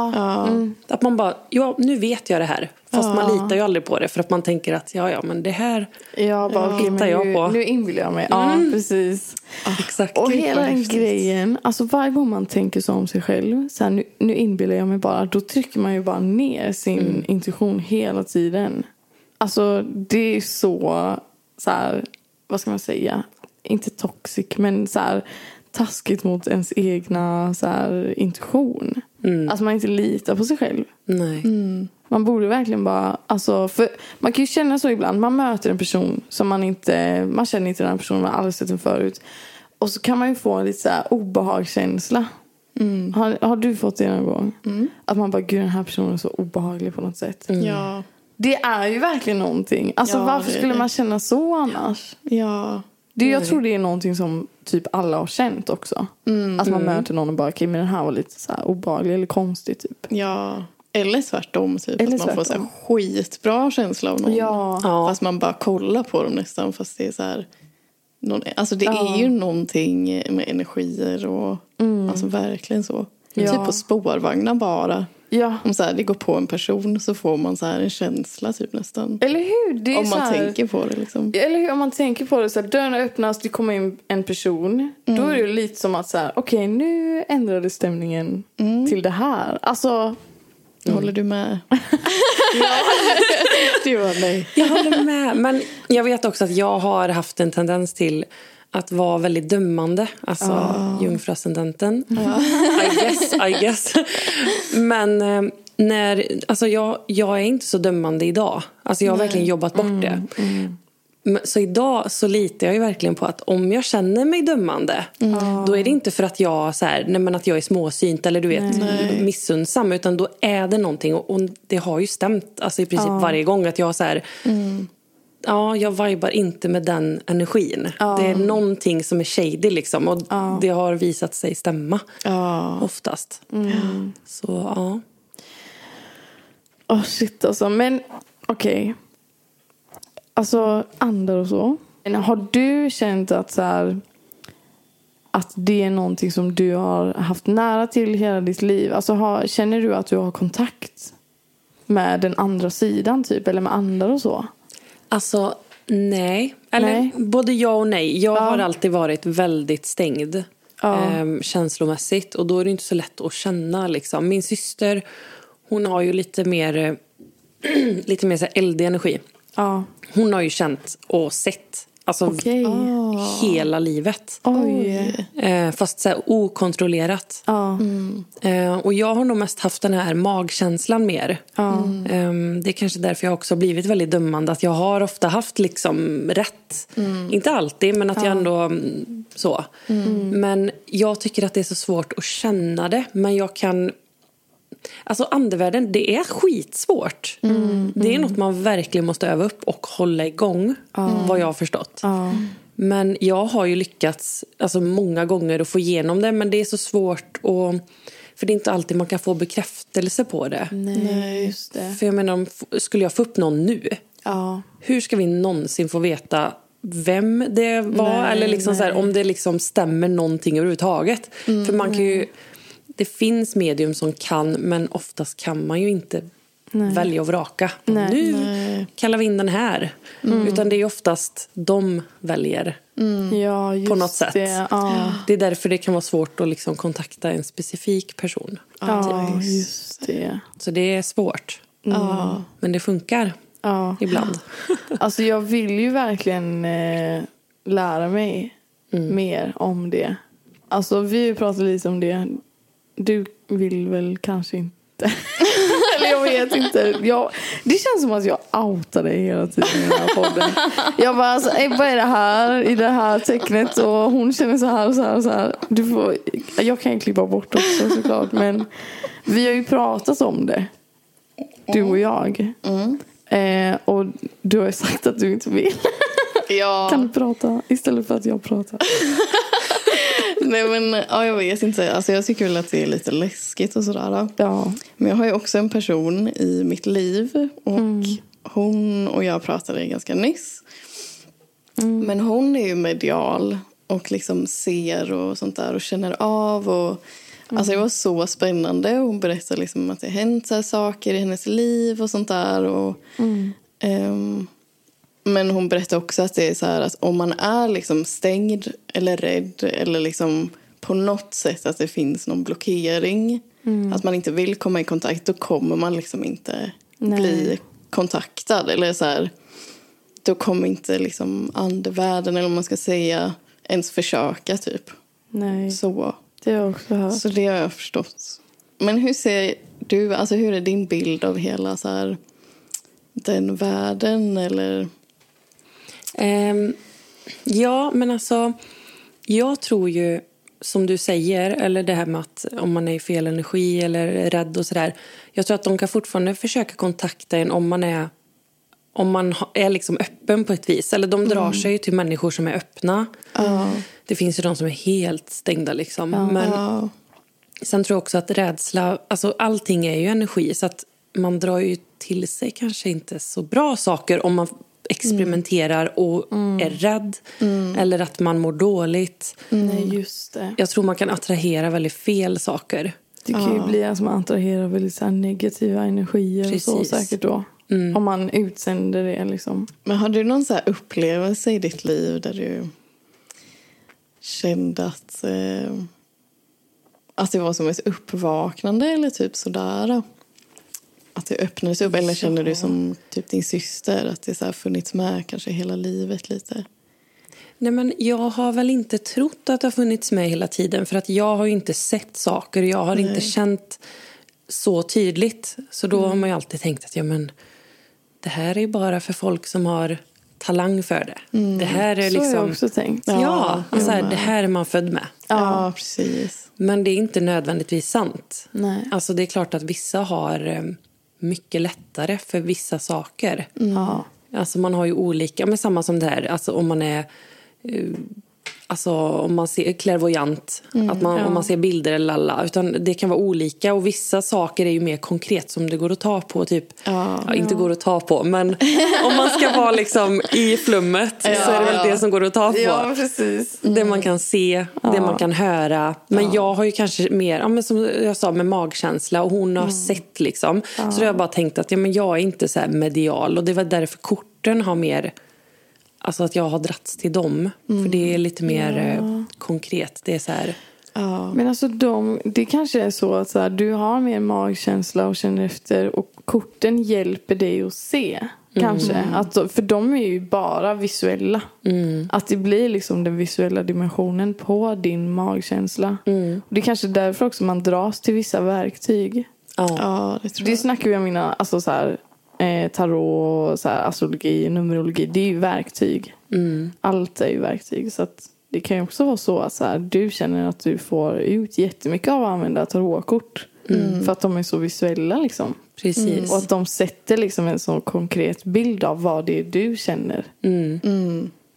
[SPEAKER 3] Att man bara, ja nu vet jag det här. Fast man litar ju aldrig på det för att man tänker att ja ja men det här.
[SPEAKER 1] Jag Mm. bara, okej, men
[SPEAKER 3] Hittar jag
[SPEAKER 1] nu,
[SPEAKER 3] på.
[SPEAKER 1] nu inbillar jag mig. Ja, precis.
[SPEAKER 3] Exakt.
[SPEAKER 1] Ah. Och
[SPEAKER 3] Gud,
[SPEAKER 1] hela
[SPEAKER 3] vad
[SPEAKER 1] den
[SPEAKER 3] häftigt.
[SPEAKER 1] grejen, alltså varje gång man tänker så om sig själv, så här, nu, nu inbillar jag mig bara, då trycker man ju bara ner sin intuition hela tiden. Alltså det är så, så här, vad ska man säga, inte toxic men så här taskigt mot ens egna så här, intuition. Att man inte litar på sig själv.
[SPEAKER 3] Nej.
[SPEAKER 1] Mm. Man borde verkligen bara, alltså, för man kan ju känna så ibland. Man möter en person som man inte, man känner inte den här personen, man har aldrig sett den förut. Och så kan man ju få en lite så här obehagskänsla.
[SPEAKER 2] Mm.
[SPEAKER 1] Har, har du fått det någon gång? Att man bara, gud den här personen är så obehaglig på något sätt.
[SPEAKER 2] Ja.
[SPEAKER 1] Det är ju verkligen någonting. Alltså
[SPEAKER 2] Mm. Ja,
[SPEAKER 1] varför
[SPEAKER 2] det är
[SPEAKER 1] skulle
[SPEAKER 2] det.
[SPEAKER 1] man känna så annars?
[SPEAKER 2] ja.
[SPEAKER 1] Det, jag tror det är någonting som typ alla har känt också.
[SPEAKER 2] Mm.
[SPEAKER 1] Att man möter någon och bara, okej men den här var lite så här obehaglig eller konstig typ.
[SPEAKER 2] Ja. Eller tvärtom. Typ,
[SPEAKER 1] Eller
[SPEAKER 2] att man får så här
[SPEAKER 1] tvärtom.
[SPEAKER 2] skitbra känsla av någon.
[SPEAKER 1] Ja.
[SPEAKER 3] Ja.
[SPEAKER 2] Fast man bara kollar på dem nästan. Fast det är så här, någon, alltså det är ju någonting med energier och alltså verkligen så.
[SPEAKER 1] Mm. Ja.
[SPEAKER 2] Typ på spårvagnar bara.
[SPEAKER 1] Ja.
[SPEAKER 2] Om så här, det går på en person så får man så här en känsla typ nästan.
[SPEAKER 1] Eller hur? Det är
[SPEAKER 2] Om
[SPEAKER 1] så
[SPEAKER 2] man
[SPEAKER 1] här...
[SPEAKER 2] tänker på det liksom.
[SPEAKER 1] Eller hur, om man tänker på det så här, dörren öppnas, det kommer in en person.
[SPEAKER 2] Mm.
[SPEAKER 1] Då är det ju lite som att så här, okej nu ändrades stämningen
[SPEAKER 2] Mm.
[SPEAKER 1] till det här. Alltså,
[SPEAKER 2] Håller du med? du var nej.
[SPEAKER 3] Jag håller med. Men jag vet också att jag har haft en tendens till att vara väldigt dömande. Alltså
[SPEAKER 1] Ah.
[SPEAKER 3] jungfruascendenten. I guess, I guess. Men eh, när, alltså jag, jag är inte så dömande idag. Alltså jag har verkligen jobbat bort
[SPEAKER 1] Mm.
[SPEAKER 3] det. Men- Så idag så litar jag ju verkligen på att om jag känner mig dömande då är det inte för att jag, så här, nej men att jag är småsynt eller du vet missunnsam utan då är det någonting och, och det har ju stämt alltså i princip varje gång att jag så här, ja, jag vibar inte med den energin. Det är någonting som är shady liksom och det har visat sig stämma
[SPEAKER 2] Ja.
[SPEAKER 3] oftast. Så ja.
[SPEAKER 1] oh shit alltså. Men okej. Alltså andar och så. Men har du känt att så här, att det är någonting som du har haft nära till hela ditt liv? Alltså har, känner du att du har kontakt med den andra sidan typ? Eller med andar och så?
[SPEAKER 3] Alltså, nej. Eller
[SPEAKER 1] Nej.
[SPEAKER 3] både ja och nej. Jag har alltid varit väldigt stängd ehm, känslomässigt. Och då är det inte så lätt att känna. Liksom. Min syster, hon har ju lite mer, eh, lite mer så här eldig energi.
[SPEAKER 1] Ja.
[SPEAKER 3] Hon har ju känt och sett. Alltså
[SPEAKER 1] Okej.
[SPEAKER 3] hela livet.
[SPEAKER 1] Oj.
[SPEAKER 3] Eh, fast så här okontrollerat.
[SPEAKER 1] Ja.
[SPEAKER 3] Eh, och jag har nog mest haft den här magkänslan mer. Eh, det är kanske därför jag också har blivit väldigt dömande. Att jag har ofta haft liksom rätt. Inte alltid, men att jag ändå mm, så. Men jag tycker att det är så svårt att känna det. Men jag kan... Alltså andevärlden, det är skitsvårt. Det är något man verkligen måste öva upp och hålla igång. Vad jag har förstått. Men jag har ju lyckats alltså, många gånger att få igenom det men det är så svårt att... För det är inte alltid man kan få bekräftelse på det.
[SPEAKER 1] Nej, just det.
[SPEAKER 3] För jag menar, om, f- skulle jag få upp någon nu,
[SPEAKER 1] Ja.
[SPEAKER 3] hur ska vi någonsin få veta vem det var?
[SPEAKER 1] Nej, Mm,
[SPEAKER 3] eller liksom så här, om det liksom stämmer någonting överhuvudtaget. För man kan ju... Det finns medium som kan men oftast kan man ju inte
[SPEAKER 1] Nej.
[SPEAKER 3] välja och vraka.
[SPEAKER 1] Nej. Mm.
[SPEAKER 3] Nu
[SPEAKER 2] Nej.
[SPEAKER 3] kallar vi in den här. Utan det är oftast de väljer.
[SPEAKER 1] Ja, just
[SPEAKER 3] På något sätt.
[SPEAKER 1] Det. Ja,
[SPEAKER 3] Det är därför det kan vara svårt att liksom kontakta en specifik person.
[SPEAKER 1] ja just det. Mm.
[SPEAKER 3] Så det är svårt.
[SPEAKER 2] Ja.
[SPEAKER 3] Men det funkar
[SPEAKER 1] Ja.
[SPEAKER 3] ibland.
[SPEAKER 1] Alltså jag vill ju verkligen eh, lära mig mer om det. Alltså vi har ju pratat lite om det. Du vill väl kanske inte? Eller jag vet inte. Jag, det känns som att jag outar dig hela tiden i den här podden. Jag bara, alltså, "Ey, vad är det här i det här tecknet? Och hon känner så här och så här och så här. Du får, jag kan ju klippa bort också såklart. Men vi har ju pratat om det. Du och jag. Eh, och du har ju sagt att du inte vill.
[SPEAKER 2] Ja.
[SPEAKER 1] Kan du prata istället för att jag pratar?
[SPEAKER 2] Nej, men, ja, jag vet inte. Alltså, jag tycker väl att det är lite läskigt och sådär. då.
[SPEAKER 1] Ja.
[SPEAKER 2] Men jag har ju också en person i mitt liv och hon och jag pratade ganska nyss. Men hon är ju medial och liksom ser och sånt där och känner av. Och, Alltså det var så spännande. Hon berättade liksom att det har hänt så här saker i hennes liv och sånt där. Och, ehm, men hon berättade också att det är så här att om man är liksom stängd eller rädd eller liksom på något sätt att det finns någon blockering, att man inte vill komma i kontakt, då kommer man liksom inte
[SPEAKER 1] Nej.
[SPEAKER 2] bli kontaktad. Eller så här, då kommer inte liksom andevärlden, eller om man ska säga, ens försöka typ.
[SPEAKER 1] Nej,
[SPEAKER 2] Så.
[SPEAKER 1] det har jag också hört.
[SPEAKER 2] Så det har jag förstått. Men hur ser du, alltså hur är din bild av hela så här, den världen eller?
[SPEAKER 3] Ehm, ja, men alltså... Jag tror ju, som du säger, eller det här med att om man är i fel energi eller är rädd och sådär. Jag tror att de kan fortfarande försöka kontakta en om man är om man ha- är liksom öppen på ett vis. Eller de drar sig ju till människor som är öppna. Det finns ju de som är helt stängda liksom. Men
[SPEAKER 2] Ja.
[SPEAKER 3] Sen tror jag också att rädsla, alltså allting är ju energi så att man drar ju till sig kanske inte så bra saker om man
[SPEAKER 1] Mm.
[SPEAKER 3] experimenterar och är rädd eller att man mår dåligt.
[SPEAKER 1] Nej, just det.
[SPEAKER 3] Jag tror man kan attrahera väldigt fel saker.
[SPEAKER 1] Det kan ju bli en som attraherar väldigt så här negativa energier och
[SPEAKER 3] Precis.
[SPEAKER 1] så säkert då. Om man utsänder det liksom.
[SPEAKER 2] Men har du någon så här upplevelse i ditt liv där du kände att, eh, att det var som ett uppvaknande eller typ sådär? Att det öppnades upp? Eller känner du som typ din syster att det så här funnits med kanske hela livet lite?
[SPEAKER 3] Nej, men jag har väl inte trott att det har funnits med hela tiden för att jag har ju inte sett saker och jag har inte känt så tydligt. Så då har man
[SPEAKER 1] Mm.
[SPEAKER 3] ju alltid tänkt att ja, men, det här är ju bara för folk som har talang för det. Det här är
[SPEAKER 1] Mm. Så har jag
[SPEAKER 3] liksom...
[SPEAKER 1] också tänkt.
[SPEAKER 3] Ja,
[SPEAKER 2] Ja,
[SPEAKER 3] så här, det här är man född med.
[SPEAKER 2] Ja, precis.
[SPEAKER 3] Men det är inte nödvändigtvis sant.
[SPEAKER 1] Nej.
[SPEAKER 3] Alltså det är klart att vissa har eh, mycket lättare för vissa saker.
[SPEAKER 1] Ja.
[SPEAKER 3] Alltså man har ju olika, men samma som det här, alltså om man är eh, Alltså om man ser klärvoajant, att man, om man ser bilder eller alla. Utan det kan vara olika och vissa saker är ju mer konkret som det går att ta på. Typ, ja. inte går att ta på men om man ska vara liksom i flummet så är det väl det som går att ta på.
[SPEAKER 1] precis.
[SPEAKER 3] Det man kan se, det man kan höra. Men jag har ju kanske mer, ja, men som jag sa, med magkänsla och hon har sett liksom. Så då har jag bara tänkt att ja, men jag är inte så här medial och det var därför korten har mer, alltså att jag har dratts till dem. För det är lite mer eh, konkret. Det är så här,
[SPEAKER 1] Men alltså de, det kanske är så att så här, du har mer magkänsla och känner efter och korten hjälper dig att se. Kanske. Att, för de är ju bara visuella. Att det blir liksom den visuella dimensionen på din magkänsla. Och det är kanske därför också man dras till vissa verktyg.
[SPEAKER 3] ja.
[SPEAKER 2] Ja, det tror
[SPEAKER 1] Det
[SPEAKER 2] jag.
[SPEAKER 1] snackar vi om innan. Alltså så här, eh, tarot, så här, astrologi, numerologi. Det är ju verktyg. Allt är ju verktyg. Så att det kan ju också vara så att så här, du känner att du får ut jättemycket av att använda tarotkort. För att de är så visuella liksom.
[SPEAKER 3] precis.
[SPEAKER 1] Och att de sätter liksom en så konkret bild av vad det är du känner.
[SPEAKER 2] Mm.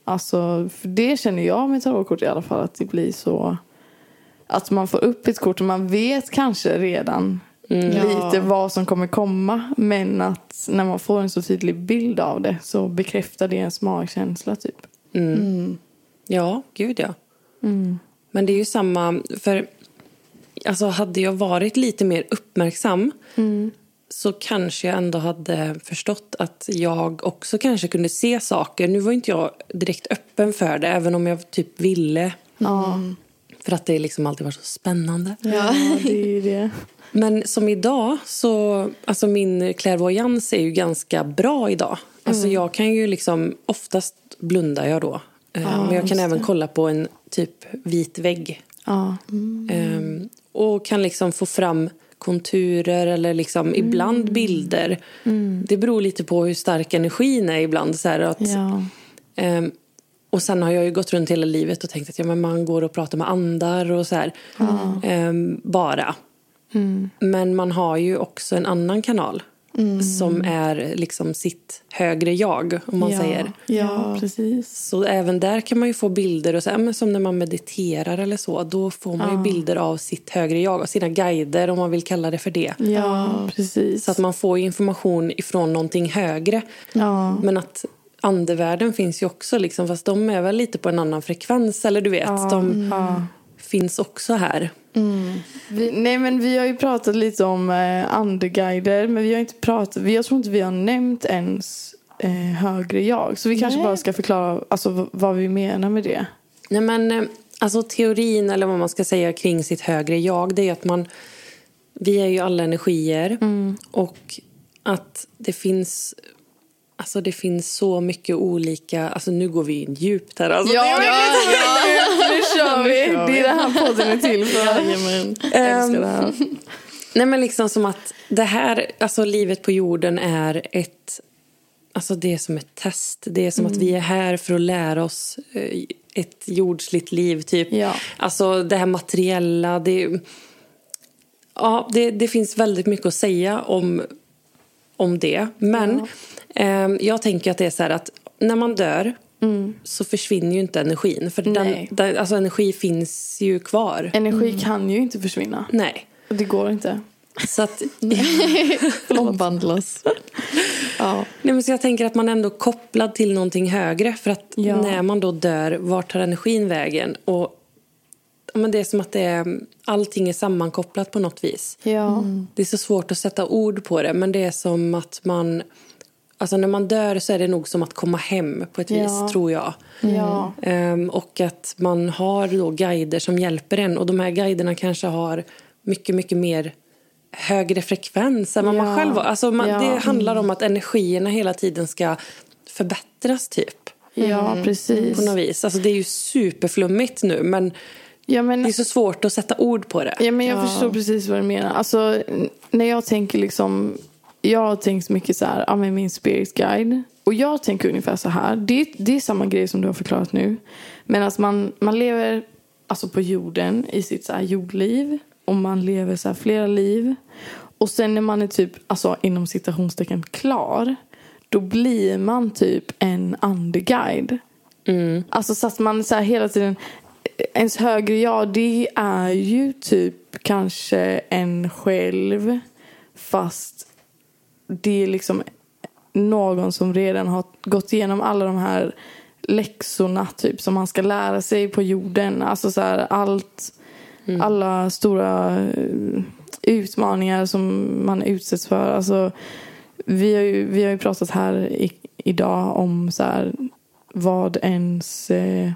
[SPEAKER 1] Alltså, för det känner jag med tarotkort i alla fall att det blir så att man får upp ett kort och man vet kanske redan
[SPEAKER 3] Mm.
[SPEAKER 1] lite
[SPEAKER 2] Ja.
[SPEAKER 1] vad som kommer komma. Men att när man får en så tydlig bild av det så bekräftar det ens magkänsla typ.
[SPEAKER 3] Ja, gud ja. Men det är ju samma, för alltså hade jag varit lite mer uppmärksam så kanske jag ändå hade förstått att jag också kanske kunde se saker. Nu var inte jag direkt öppen för det, även om jag typ ville. För att det liksom alltid var så spännande.
[SPEAKER 1] Mm. Ja, det är ju det.
[SPEAKER 3] Men som idag så, alltså min clairvoyans är ju ganska bra idag. Alltså jag kan ju liksom, oftast blundar jag då. Eh, Men jag kan även kolla på en typ vit vägg.
[SPEAKER 1] Ja.
[SPEAKER 3] Ehm, och kan liksom få fram konturer eller liksom ibland bilder. Det beror lite på hur stark energin är ibland. Så här att,
[SPEAKER 1] Ja.
[SPEAKER 3] ehm, och sen har jag ju gått runt hela livet och tänkt att ja, men man går och pratar med andar och så här.
[SPEAKER 1] Mm.
[SPEAKER 3] Ehm, bara. Men man har ju också en annan kanal. Som är liksom sitt högre jag, om man
[SPEAKER 2] Ja.
[SPEAKER 3] säger.
[SPEAKER 1] ja, precis.
[SPEAKER 3] Så även där kan man ju få bilder, och så, ja, men som när man mediterar eller så. Då får man ju bilder av sitt högre jag, av sina guider om man vill kalla det för det.
[SPEAKER 1] Ja, precis.
[SPEAKER 3] Så att man får ju information ifrån någonting högre.
[SPEAKER 1] ja.
[SPEAKER 3] Men att andevärlden finns ju också, liksom, fast de är väl lite på en annan frekvens. Eller du vet, de
[SPEAKER 1] Mm.
[SPEAKER 3] finns också här.
[SPEAKER 1] Vi, nej men vi har ju pratat lite om eh, andeguider men vi har inte pratat, vi, jag tror inte vi har nämnt ens eh, högre jag. Så vi kanske
[SPEAKER 2] Nej.
[SPEAKER 1] bara ska förklara alltså, v- vad vi menar med det.
[SPEAKER 3] Nej, men, eh, alltså, teorin, eller vad man ska säga, kring sitt högre jag det är att man... Vi är ju alla energier. Och att det finns... Alltså det finns så mycket olika... Alltså nu går vi in djupt här. Alltså, det är verkligen-
[SPEAKER 1] Nu kör vi! Det är det här podden är till för. Ehm,
[SPEAKER 2] Jajamän.
[SPEAKER 1] Jag älskar det här.
[SPEAKER 3] Nej men liksom som att det här, alltså livet på jorden är ett, alltså det är som ett test. Det är som att
[SPEAKER 1] Mm.
[SPEAKER 3] vi är här för att lära oss eh, ett jordsligt liv typ.
[SPEAKER 1] Ja.
[SPEAKER 3] Alltså det här materiella, det, ja, det, det finns väldigt mycket att säga om, om det. Men ehm, jag tänker att det är så här att när man dör så försvinner ju inte energin. För den,
[SPEAKER 1] Mm. Nej.
[SPEAKER 3] den, alltså energi finns ju kvar.
[SPEAKER 1] Energi kan ju inte försvinna.
[SPEAKER 3] Nej.
[SPEAKER 1] Det går inte.
[SPEAKER 3] Så att
[SPEAKER 2] Omvandlas. ja.
[SPEAKER 3] Nej, men så jag tänker att man ändå är kopplad till någonting högre. För att
[SPEAKER 1] Ja.
[SPEAKER 3] när man då dör, vart tar energin vägen? Och ja, men det är som att det är, allting är sammankopplat på något vis.
[SPEAKER 1] Ja.
[SPEAKER 3] Det är så svårt att sätta ord på det, men det är som att man... Alltså när man dör så är det nog som att komma hem på ett
[SPEAKER 1] Ja.
[SPEAKER 3] vis, tror jag.
[SPEAKER 1] Ja.
[SPEAKER 3] Ehm, och att man har då guider som hjälper en. Och de här guiderna kanske har mycket, mycket mer högre frekvens än vad
[SPEAKER 1] Ja.
[SPEAKER 3] man själv har. Alltså man,
[SPEAKER 1] Ja. Mm.
[SPEAKER 3] Det handlar om att energierna hela tiden ska förbättras typ.
[SPEAKER 1] Ja,
[SPEAKER 3] På
[SPEAKER 1] precis.
[SPEAKER 3] något vis. Alltså det är ju superflummigt nu men
[SPEAKER 1] Ja, men
[SPEAKER 3] det är så svårt att sätta ord på det.
[SPEAKER 1] Ja, men jag förstår precis vad du menar. Alltså, n- när jag tänker liksom... Jag har tänkt mycket så här, ja men min spirit guide. Och jag tänker ungefär så här. Det, det är samma grej som du har förklarat nu. Men att man, man lever alltså på jorden i sitt så här jordliv. Och man lever så här flera liv. Och sen när man är typ, alltså inom citationstecken, klar. Då blir man typ en andeguide. Alltså så att man så här hela tiden Ens högre jag det är ju typ kanske en själv Fast det är liksom någon som redan har gått igenom alla de här läxorna typ som man ska lära sig på jorden. Alltså så här, allt, alla stora eh, utmaningar som man utsätts för. Alltså, vi, har ju, vi har ju pratat här i, idag om så här, vad ens, eh,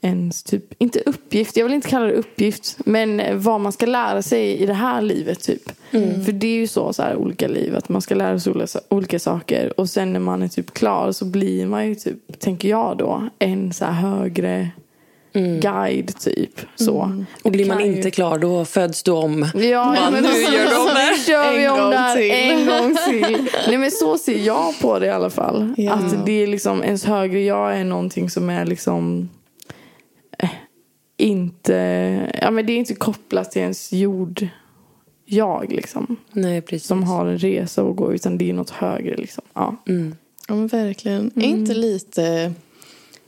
[SPEAKER 1] ens typ, inte uppgift, jag vill inte kalla det uppgift, men vad man ska lära sig i det här livet typ.
[SPEAKER 3] Mm.
[SPEAKER 1] För det är ju så, så här, olika liv, att man ska lära sig olika, olika saker och sen när man är typ klar så blir man ju typ, tänker jag då, en så här högre guide typ. Så.
[SPEAKER 3] Mm. Och blir
[SPEAKER 1] Det
[SPEAKER 3] man
[SPEAKER 1] kan ju-
[SPEAKER 3] inte klar då föds du om.
[SPEAKER 1] Ja, ja, men
[SPEAKER 3] nu
[SPEAKER 1] precis.
[SPEAKER 3] gör de
[SPEAKER 1] Nu kör vi
[SPEAKER 2] En
[SPEAKER 1] om
[SPEAKER 2] gång
[SPEAKER 1] det här
[SPEAKER 2] till.
[SPEAKER 1] en gång till. Nej men så ser jag på det i alla fall.
[SPEAKER 2] Ja.
[SPEAKER 1] Att det är liksom ens högre jag är någonting som är liksom eh, inte, ja men det är inte kopplat till ens jord jag liksom.
[SPEAKER 3] Nej precis.
[SPEAKER 1] Som har en resa att gå utan det är något högre liksom. Ja.
[SPEAKER 2] Ja, men verkligen. Är
[SPEAKER 1] Mm.
[SPEAKER 2] inte lite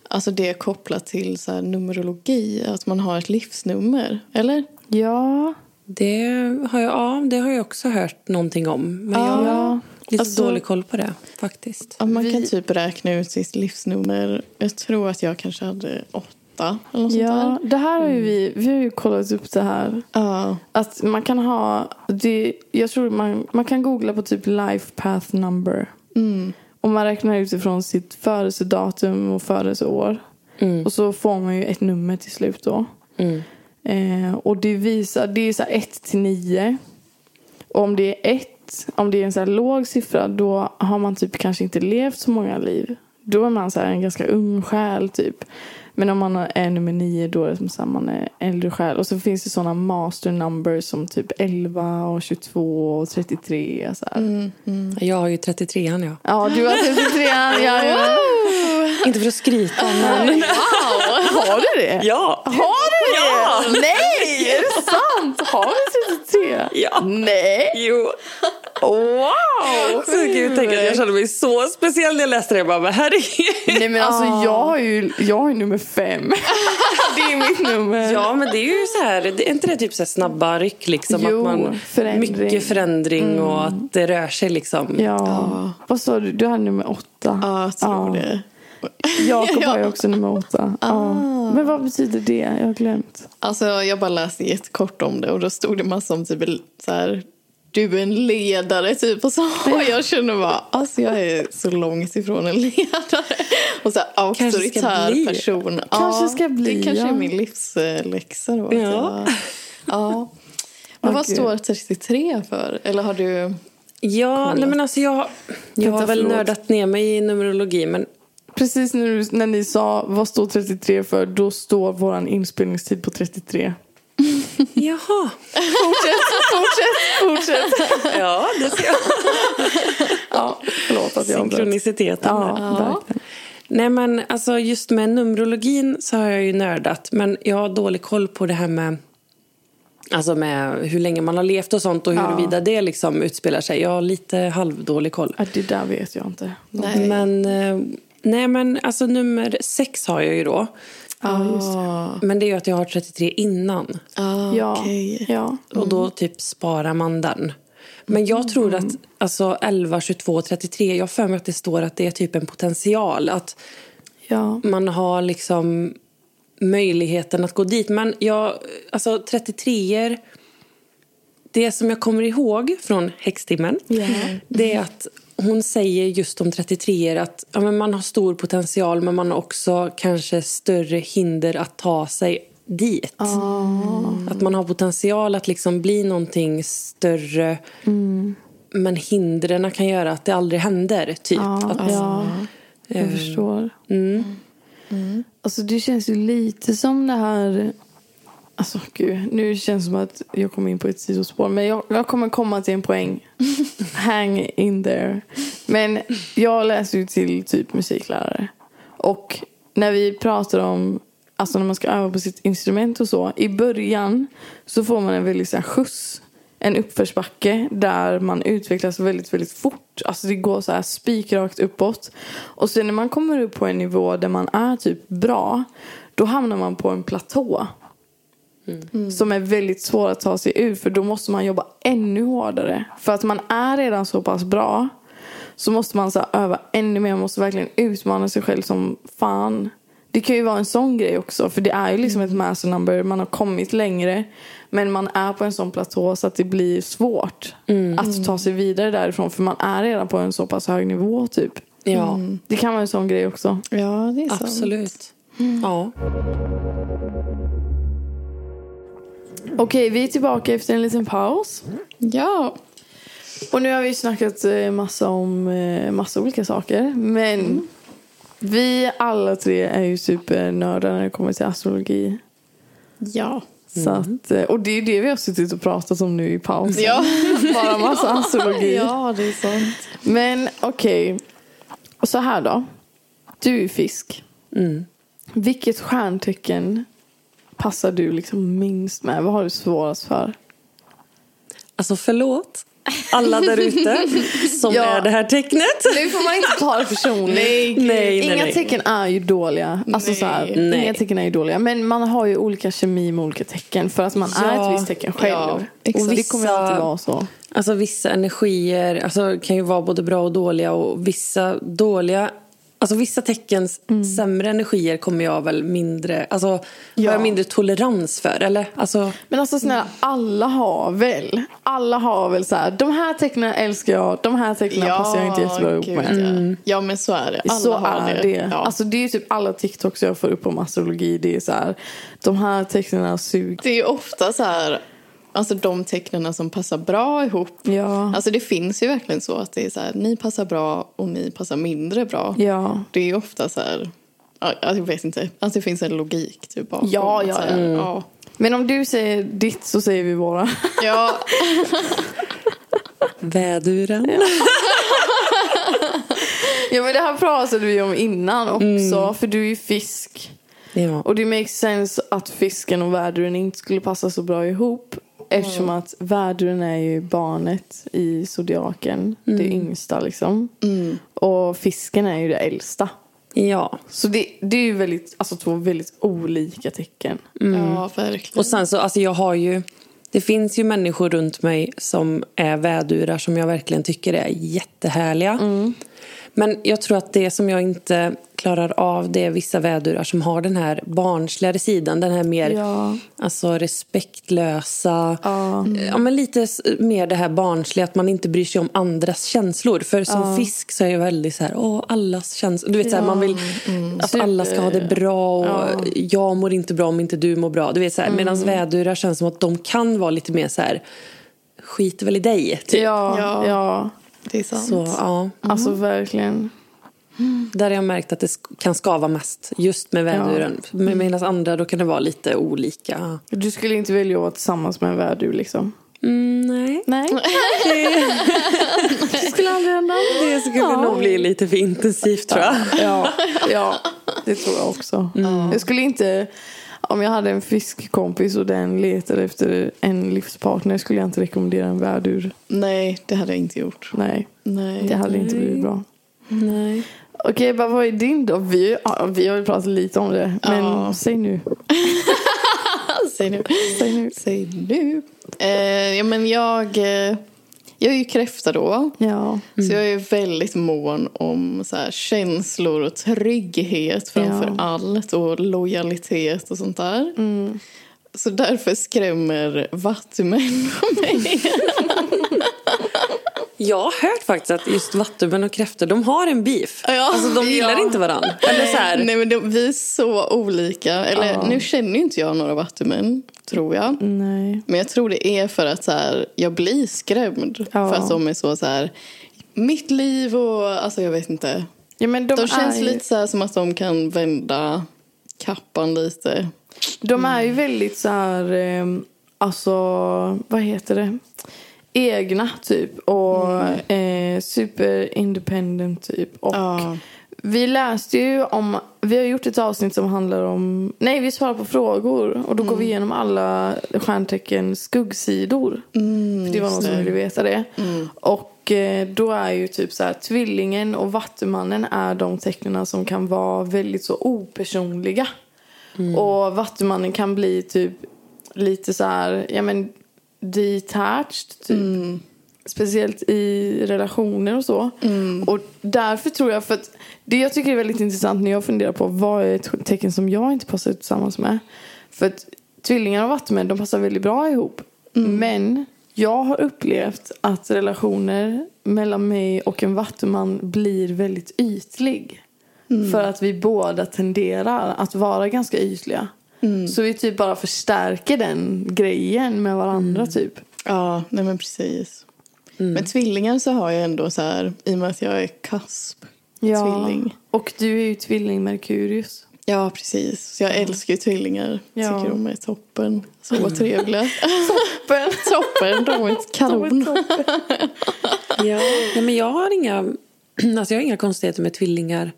[SPEAKER 2] alltså det är kopplat till så här numerologi? Att man har ett livsnummer, eller?
[SPEAKER 1] Ja.
[SPEAKER 3] Det, har jag, ja, det har jag också hört någonting om. Men jag har
[SPEAKER 1] Ja.
[SPEAKER 3] lite
[SPEAKER 2] Alltså-
[SPEAKER 3] dålig koll på det faktiskt.
[SPEAKER 2] Att man
[SPEAKER 1] Vi-
[SPEAKER 2] kan typ räkna ut sitt livsnummer. Jag tror att jag kanske hade åtta 8 eller något
[SPEAKER 1] Ja,
[SPEAKER 2] sånt
[SPEAKER 1] det här har ju vi, vi har ju kollat upp det här.
[SPEAKER 2] där. Ja.
[SPEAKER 1] Att man kan ha, det, jag tror man, man kan googla på typ life path number.
[SPEAKER 2] Mm.
[SPEAKER 1] Och man räknar utifrån sitt födelsedatum och födelseår.
[SPEAKER 3] Mm.
[SPEAKER 1] Och så får man ju ett nummer till slut då.
[SPEAKER 3] Mm.
[SPEAKER 1] Eh, och det visar, det är så här 1 till 9. Och om det är 1, om det är en så här låg siffra, då har man typ kanske inte levt så många liv. Då är man så här en ganska ung själ typ. Men om man är nummer 9 då är det som så här, man är äldre själ. Och så finns det sådana master numbers som typ 11 och 22 och 33 så här.
[SPEAKER 2] Mm, mm.
[SPEAKER 3] Jag har ju 33an jag.
[SPEAKER 1] Ja, du har 33 ja, ja.
[SPEAKER 3] Inte för att skryta men...
[SPEAKER 1] Har du det?
[SPEAKER 3] Ja!
[SPEAKER 1] Har du det? Nej! Är det sant? Har du 33?
[SPEAKER 3] Ja.
[SPEAKER 1] Nej!
[SPEAKER 3] Jo!
[SPEAKER 1] Wow!
[SPEAKER 3] Så gud, tänk att jag kände mig så speciell när jag läste det. Jag bara, men herregud.
[SPEAKER 1] Nej men alltså jag har ju jag är nummer fem. det är mitt nummer.
[SPEAKER 3] Ja, men det är ju så här, det är inte det typ så här snabba ryck liksom?
[SPEAKER 1] Jo,
[SPEAKER 3] att man,
[SPEAKER 1] förändring.
[SPEAKER 3] Mycket förändring Mm. och att det rör sig liksom.
[SPEAKER 1] Ja. Vad sa du? Du hade nummer åtta.
[SPEAKER 2] Ja, jag tror
[SPEAKER 1] Ja.
[SPEAKER 2] det.
[SPEAKER 1] Jakob har ju också nummer åtta. Ja. Men vad betyder det? Jag har glömt.
[SPEAKER 2] Alltså, jag bara läste jättekort om det och då stod det massor om typ så här, du är en ledare typ och så. Och jag känner bara, alltså jag är så långt ifrån en ledare. Och så här,
[SPEAKER 3] Kanske ska bli.
[SPEAKER 2] auktoritär person.
[SPEAKER 1] Kanske ska bli,
[SPEAKER 2] Det kanske
[SPEAKER 1] ja.
[SPEAKER 2] är min livsläxa då. att
[SPEAKER 3] Ja.
[SPEAKER 2] jag- ja. Men
[SPEAKER 1] Åh,
[SPEAKER 2] vad
[SPEAKER 1] gud.
[SPEAKER 2] står 33 för? Eller har du...
[SPEAKER 3] Ja, nej men alltså jag, jag har
[SPEAKER 1] Vänta,
[SPEAKER 3] väl
[SPEAKER 1] förlåt.
[SPEAKER 3] nördat ner mig i numerologi men
[SPEAKER 1] Precis när, du, när ni sa vad står 33 för, då står våran inspelningstid på 33.
[SPEAKER 3] jaha.
[SPEAKER 1] Fortsätt, fortsätt, fortsätt.
[SPEAKER 3] Ja, det ser jag.
[SPEAKER 1] Ja, förlåt att jag avbröt.
[SPEAKER 3] Synkroniciteten.
[SPEAKER 1] Ja,
[SPEAKER 3] där.
[SPEAKER 1] ja.
[SPEAKER 3] Nej men alltså just med numerologin så har jag ju nördat men jag har dålig koll på det här med Alltså med hur länge man har levt och sånt och huruvida det liksom utspelar sig. Jag har lite halvdålig koll.
[SPEAKER 1] Ja, Det där vet jag inte.
[SPEAKER 2] Nej.
[SPEAKER 3] Men, eh, nej men alltså nummer sex har jag ju då.
[SPEAKER 1] Ja, just det.
[SPEAKER 3] Men det är ju att jag har 33 innan.
[SPEAKER 2] Ah,
[SPEAKER 1] Ja,
[SPEAKER 2] okej.
[SPEAKER 1] ja.
[SPEAKER 3] Och då typ sparar man den. Men jag tror att alltså 11, 22, 33, jag har för mig att det står att det är typ en potential. Att
[SPEAKER 1] ja.
[SPEAKER 3] man har liksom möjligheten att gå dit. Men jag, alltså 33 det som jag kommer ihåg från häxtimmen
[SPEAKER 1] Mm.
[SPEAKER 3] det är att hon säger just om 33 att ja, men man har stor potential men man har också kanske större hinder att ta sig dit. Att man har potential att liksom bli någonting större men hindren kan göra att det aldrig händer. Typ.
[SPEAKER 1] Ja,
[SPEAKER 3] att,
[SPEAKER 1] Ah, ja. jag förstår. Eh, mm. Alltså det känns ju lite som det här... Alltså gud, nu känns det som att jag kommer in på ett sidospår. Men jag, jag kommer komma till en poäng. Hang in there. Men jag läser ju till typ musiklärare. Och när vi pratar om Alltså när man ska öva på sitt instrument och så. I början så får man en väldigt så här skjuts. En uppförsbacke där man utvecklas väldigt, väldigt fort. Alltså det går så här spikrakt uppåt. Och sen när man kommer upp på en nivå där man är typ bra. Då hamnar man på en platå. Som är väldigt svår att ta sig ur. För då måste man jobba ännu hårdare. För att man är redan så pass bra. Så måste man så här, öva ännu mer. Man måste verkligen utmana sig själv som fan. Det kan ju vara en sån grej också. För det är ju liksom ett master number. Man har kommit längre. Men man är på en sån platå så att det blir svårt. Att ta sig vidare därifrån. För man är redan på en så pass hög nivå typ.
[SPEAKER 3] ja.
[SPEAKER 1] Det kan vara en sån grej också.
[SPEAKER 2] Ja, det är sant.
[SPEAKER 3] Absolut. Ja.
[SPEAKER 1] Okej, vi är tillbaka efter en liten paus.
[SPEAKER 2] Ja.
[SPEAKER 1] Och nu har vi snackat eh, massa om eh, massa olika saker. Men vi alla tre är ju supernördar när det kommer till astrologi.
[SPEAKER 2] Ja.
[SPEAKER 1] Så att, eh, och det är det vi har suttit och pratat om nu i pausen.
[SPEAKER 2] Ja.
[SPEAKER 1] Bara massa astrologi.
[SPEAKER 2] ja, det är sant.
[SPEAKER 1] Men okej. Och så här då. Du är fisk. Mm. Vilket stjärntecken passar du liksom minst med? Vad har du svårast för?
[SPEAKER 3] Alltså förlåt alla där ute som
[SPEAKER 1] Ja.
[SPEAKER 3] är det här tecknet.
[SPEAKER 1] Nu får man inte ta det personligt.
[SPEAKER 2] Nej,
[SPEAKER 3] gud. Nej, nej,
[SPEAKER 1] Inga
[SPEAKER 3] nej.
[SPEAKER 1] tecken är ju dåliga. Alltså
[SPEAKER 2] Nej.
[SPEAKER 1] så här,
[SPEAKER 3] Nej.
[SPEAKER 1] Inga tecken är ju dåliga. Men man har ju olika kemi med olika tecken. För att man är
[SPEAKER 3] Ja.
[SPEAKER 1] ett visst tecken själv.
[SPEAKER 2] Ja,
[SPEAKER 1] och
[SPEAKER 2] exakt.
[SPEAKER 1] det kommer alltid vara så.
[SPEAKER 3] Alltså vissa energier alltså, kan ju vara både bra och dåliga och vissa dåliga Alltså vissa teckens
[SPEAKER 1] Mm.
[SPEAKER 3] sämre energier kommer jag väl mindre, alltså
[SPEAKER 1] Ja.
[SPEAKER 3] har jag mindre tolerans för eller? Alltså,
[SPEAKER 1] Men alltså snälla, alla har väl? Alla har väl så här, de här tecknen älskar jag, de här tecknen passar jag inte jättebra ihop
[SPEAKER 2] gud,
[SPEAKER 1] med.
[SPEAKER 2] Ja. ja, men så är det. Alla
[SPEAKER 1] så
[SPEAKER 2] har
[SPEAKER 1] är det.
[SPEAKER 2] det. Ja.
[SPEAKER 1] Alltså det är ju typ alla TikToks jag får upp om astrologi. Det är så här, de här tecknen suger.
[SPEAKER 2] Alltså, det är ju ofta så här, alltså de tecknen som passar bra ihop.
[SPEAKER 1] Ja.
[SPEAKER 2] Alltså det finns ju verkligen så att det är så här, ni passar bra och ni passar mindre bra.
[SPEAKER 1] Ja.
[SPEAKER 2] Det är ju ofta så här, ja, jag vet inte, att det finns en logik typ bakom.
[SPEAKER 1] Ja,
[SPEAKER 2] att
[SPEAKER 1] ja, mm.
[SPEAKER 2] så här, ja.
[SPEAKER 1] Men om du säger ditt så säger vi våra.
[SPEAKER 2] ja.
[SPEAKER 3] väduren.
[SPEAKER 1] ja men det här pratade vi om innan också.
[SPEAKER 3] Mm.
[SPEAKER 1] För du är ju fisk.
[SPEAKER 3] Ja.
[SPEAKER 1] Och det makes sense att fisken och väduren inte skulle passa så bra ihop. Eftersom att väduren är ju barnet i zodiaken. Det
[SPEAKER 3] Mm.
[SPEAKER 1] yngsta liksom. Och fisken är ju det äldsta.
[SPEAKER 3] ja.
[SPEAKER 1] Så det, det är ju väldigt, alltså två väldigt olika tecken.
[SPEAKER 3] Mm.
[SPEAKER 2] ja, verkligen.
[SPEAKER 3] Och sen så, alltså jag har ju, det finns ju människor runt mig som är vädurar som jag verkligen tycker är jättehärliga.
[SPEAKER 1] Mm.
[SPEAKER 3] Men jag tror att det som jag inte klarar av det är vissa vädurar som har den här barnsligare sidan, den här mer
[SPEAKER 1] Ja.
[SPEAKER 3] alltså, respektlösa,
[SPEAKER 1] Ja.
[SPEAKER 3] ja, men lite s- mer det här barnsliga att man inte bryr sig om andras känslor. För som fisk så är jag väldigt så här, åh allas känslor, du vet så här, man vill att alla ska ha det bra och jag mår inte bra om inte du mår bra. Du vet så här, medans vädurar känns som att de kan vara lite mer så här, skit väl i dig typ. Mm.
[SPEAKER 1] Ja, ja.
[SPEAKER 2] Ja. Det är sant.
[SPEAKER 3] Så, ja.
[SPEAKER 1] Alltså verkligen.
[SPEAKER 3] Där har jag märkt att det sk- kan skava mest just med väduren. Men Medan andra då kan det vara lite olika.
[SPEAKER 1] Du skulle inte välja att vara tillsammans med en värdur liksom?
[SPEAKER 3] Mm, nej.
[SPEAKER 1] Nej. det skulle aldrig hända.
[SPEAKER 3] Det skulle nog bli lite för intensivt tror jag.
[SPEAKER 1] Ja, ja, det tror jag också.
[SPEAKER 2] Mm.
[SPEAKER 1] Jag skulle inte... Om jag hade en fiskkompis och den letade efter en livspartner skulle jag inte rekommendera en värdur.
[SPEAKER 2] Nej, det hade jag inte gjort.
[SPEAKER 1] Nej,
[SPEAKER 2] Nej.
[SPEAKER 1] det hade inte blivit bra.
[SPEAKER 3] Nej.
[SPEAKER 1] Okej, bara vad är din då? Vi, ja, vi har ju pratat lite om det, men
[SPEAKER 2] Ja.
[SPEAKER 1] säg nu.
[SPEAKER 2] Säg nu.
[SPEAKER 1] Säg nu.
[SPEAKER 2] Säg nu. Eh, ja, men jag, eh, jag är ju kräfta då.
[SPEAKER 1] Ja.
[SPEAKER 2] Så jag
[SPEAKER 3] Mm.
[SPEAKER 2] är väldigt mån om så här, känslor och trygghet framför
[SPEAKER 1] Ja.
[SPEAKER 2] allt och lojalitet och sånt där.
[SPEAKER 3] Mm.
[SPEAKER 2] Så därför skrämmer vattumän mig.
[SPEAKER 3] Jag har hört faktiskt att just vattumän och kräftor, de har en beef.
[SPEAKER 2] Ja.
[SPEAKER 3] Alltså de gillar
[SPEAKER 2] Ja.
[SPEAKER 3] inte varandra. Eller så här,
[SPEAKER 2] Nej, men de, vi är så olika. Eller, Nu känner ju inte jag några vattumän, tror jag.
[SPEAKER 3] Mm.
[SPEAKER 1] Nej.
[SPEAKER 2] Men jag tror det är för att så här, jag blir skrämd.
[SPEAKER 1] Ja.
[SPEAKER 2] För att de är så, så här, mitt liv och alltså jag vet inte.
[SPEAKER 1] Ja, men de,
[SPEAKER 2] De
[SPEAKER 1] är,
[SPEAKER 2] känns
[SPEAKER 1] ju-
[SPEAKER 2] lite så här som att de kan vända kappan lite.
[SPEAKER 1] de är
[SPEAKER 2] Mm.
[SPEAKER 1] ju väldigt så här, ehm, alltså, vad heter det? Egna typ och eh, super independent typ. Och
[SPEAKER 2] Mm. Ja.
[SPEAKER 1] vi läste ju om, vi har gjort ett avsnitt som handlar om, nej vi svarar på frågor och då går vi
[SPEAKER 2] Mm.
[SPEAKER 1] igenom alla stjärntecken skuggsidor. För det var någon
[SPEAKER 2] Mm, just
[SPEAKER 1] som
[SPEAKER 2] det. Mm.
[SPEAKER 1] ville veta det. Och eh, då är ju typ så här, tvillingen och vattumannen är de tecknen som kan vara väldigt så opersonliga. Och vattumannen kan bli typ lite så här, ja men detached typ. Speciellt i relationer och så. Och därför tror jag, för att det jag tycker är väldigt intressant när jag funderar på vad är ett tecken som jag inte passar tillsammans med. För att tvillingar och vattumän, de passar väldigt bra ihop. Men jag har upplevt att relationer mellan mig och en vattuman blir väldigt ytlig. För att vi båda tenderar att vara ganska ytliga. Så vi typ bara förstärker den grejen med varandra typ.
[SPEAKER 2] Ja, nej men precis. Men tvillingar så har jag ändå så här, i och med att jag är kasp. Tvilling.
[SPEAKER 1] Och du är ju tvilling Merkurius.
[SPEAKER 2] Ja, precis. Så jag älskar ju tvillingar.
[SPEAKER 1] Ja.
[SPEAKER 2] Tycker de är toppen. Så vad trevliga. toppen! toppen, de är ett kanon.
[SPEAKER 3] ja. Nej, men jag har inga, alltså jag har inga konstigheter med tvillingar.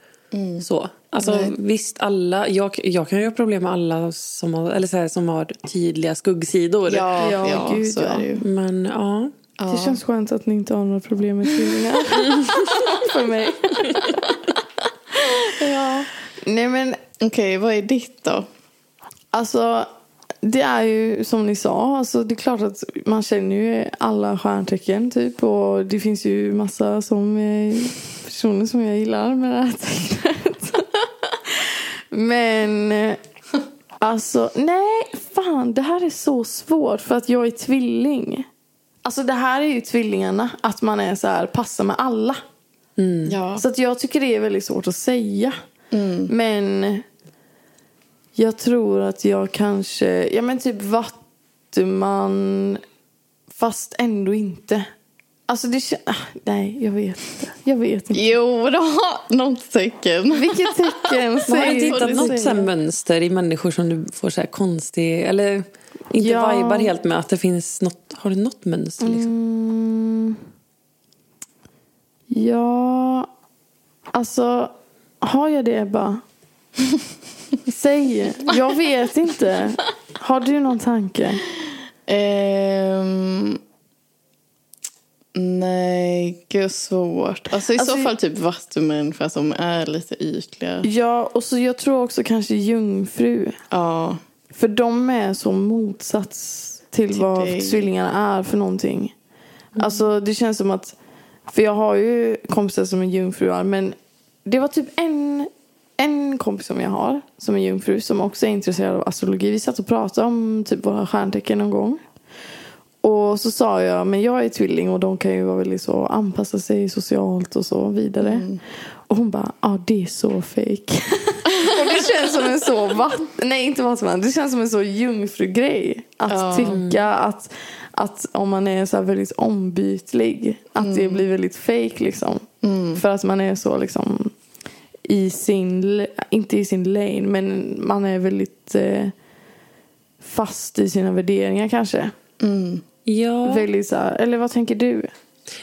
[SPEAKER 3] Så. Alltså
[SPEAKER 2] Nej.
[SPEAKER 3] visst alla, jag, jag kan ju ha problem med alla som har, eller så här, som har tydliga skuggsidor.
[SPEAKER 2] Ja,
[SPEAKER 1] Ja,
[SPEAKER 2] ja,
[SPEAKER 1] gud,
[SPEAKER 2] så
[SPEAKER 1] ja.
[SPEAKER 2] är det ju.
[SPEAKER 3] Men ja.
[SPEAKER 1] Det känns skönt att ni inte har några problem med tvillingar. För mig.
[SPEAKER 2] Ja.
[SPEAKER 1] Nej men
[SPEAKER 2] Okej, vad är ditt då?
[SPEAKER 1] Alltså, det är ju som ni sa, alltså, det är klart att man känner ju alla stjärntecken typ och det finns ju massa som eh, personer som jag gillar med det här tecknet. Men eh, alltså, nej, fan, det här är så svårt för att jag är tvilling. Alltså det här är ju tvillingarna, att man är så här, passar med alla.
[SPEAKER 2] Ja.
[SPEAKER 1] Så att jag tycker det är väldigt svårt att säga.
[SPEAKER 3] Mm.
[SPEAKER 1] Men jag tror att jag kanske, ja men typ Vattuman fast ändå inte. Alltså det kän- ah, Nej, jag vet inte. Jag vet inte.
[SPEAKER 2] Jo, då har något tecken.
[SPEAKER 1] Vilket tecken
[SPEAKER 3] Men har du inte
[SPEAKER 1] säger
[SPEAKER 3] hittat
[SPEAKER 2] vad du
[SPEAKER 3] något så här mönster i människor som du får så här konstig... Eller inte
[SPEAKER 1] Ja.
[SPEAKER 3] vibar helt med att det finns något... Har du något mönster liksom?
[SPEAKER 1] Mm, ja, alltså har jag det bara? Säg, jag vet inte. Har du någon tanke?
[SPEAKER 2] Ehm, nej, gud svårt. Alltså i
[SPEAKER 1] Alltså,
[SPEAKER 2] så fall typ vattumän för att de är lite ytliga.
[SPEAKER 1] Ja, och så jag tror också kanske jungfru.
[SPEAKER 2] Ja,
[SPEAKER 1] För de är så motsats till
[SPEAKER 2] Till
[SPEAKER 1] vad
[SPEAKER 2] dig.
[SPEAKER 1] tvillingarna är för någonting. Alltså det känns som att, för jag har ju kompisar som är jungfruar men det var typ en, en kompis som jag har som är jungfru som också är intresserad av astrologi. Vi satt och pratade om typ våra stjärntecken någon gång. Och så sa jag, men jag är tvilling och de kan ju vara väldigt så anpassa sig socialt och så vidare. Och hon bara, ja ah, det är så fake. och det känns som en så vatt... Nej inte vattman, det känns som en så jungfrugrej. Att
[SPEAKER 2] Ja.
[SPEAKER 1] tycka att, att om man är så här väldigt ombytlig, att det blir väldigt fake liksom. För att man är så liksom i sin, inte i sin lane, men man är väldigt eh, fast i sina värderingar kanske.
[SPEAKER 2] mm.
[SPEAKER 3] Ja.
[SPEAKER 1] Väldigt så här, eller vad tänker du?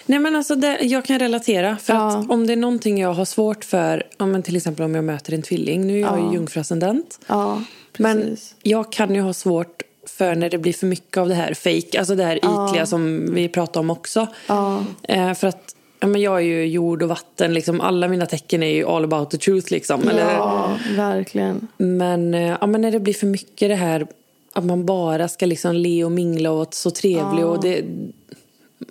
[SPEAKER 3] Nej, men alltså det, jag kan relatera. För
[SPEAKER 1] Ja.
[SPEAKER 3] att om det är någonting jag har svårt för, ja, men till exempel om jag möter en tvilling. Nu är jag
[SPEAKER 1] Ja.
[SPEAKER 3] ju jungfruascendent.
[SPEAKER 1] Ja,
[SPEAKER 3] Men
[SPEAKER 1] precis.
[SPEAKER 3] jag kan ju ha svårt för när det blir för mycket av det här fake, alltså det här ytliga som vi pratade om också.
[SPEAKER 1] Ja.
[SPEAKER 3] Eh, för att ja, men jag är ju jord och vatten, liksom, alla mina tecken är ju all about the truth. Liksom, eller,
[SPEAKER 1] ja, verkligen.
[SPEAKER 3] men, eh, ja, men när det blir för mycket det här att man bara ska liksom le och mingla och vara så trevlig. Och det,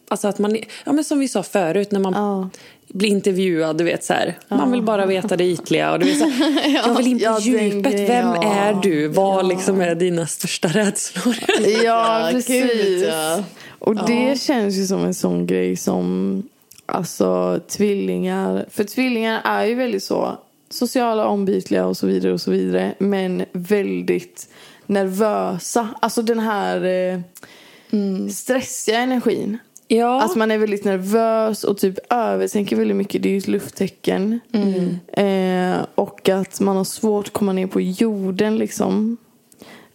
[SPEAKER 3] alltså att man, ja, men som vi sa förut, när man
[SPEAKER 1] Ja.
[SPEAKER 3] blir intervjuad, du vet så här, man vill bara veta det ytliga. Och du vet, så här, jag vill in på
[SPEAKER 1] Ja, den
[SPEAKER 3] djupet,
[SPEAKER 1] grejen,
[SPEAKER 3] vem
[SPEAKER 1] ja.
[SPEAKER 3] är du? Vad liksom är dina största rädslor?
[SPEAKER 1] Ja, precis.
[SPEAKER 2] gud, ja.
[SPEAKER 1] Och det känns ju som en sån grej som alltså tvillingar. För tvillingar är ju väldigt så sociala, ombytliga och så vidare och så vidare. Men väldigt nervösa. Alltså den här eh,
[SPEAKER 2] Mm.
[SPEAKER 1] stressiga energin.
[SPEAKER 3] Ja,
[SPEAKER 1] Att Alltså, man är väldigt nervös och typ övertänker väldigt mycket. Det är ju ett lufttecken. Eh, och att man har svårt att komma ner på jorden liksom.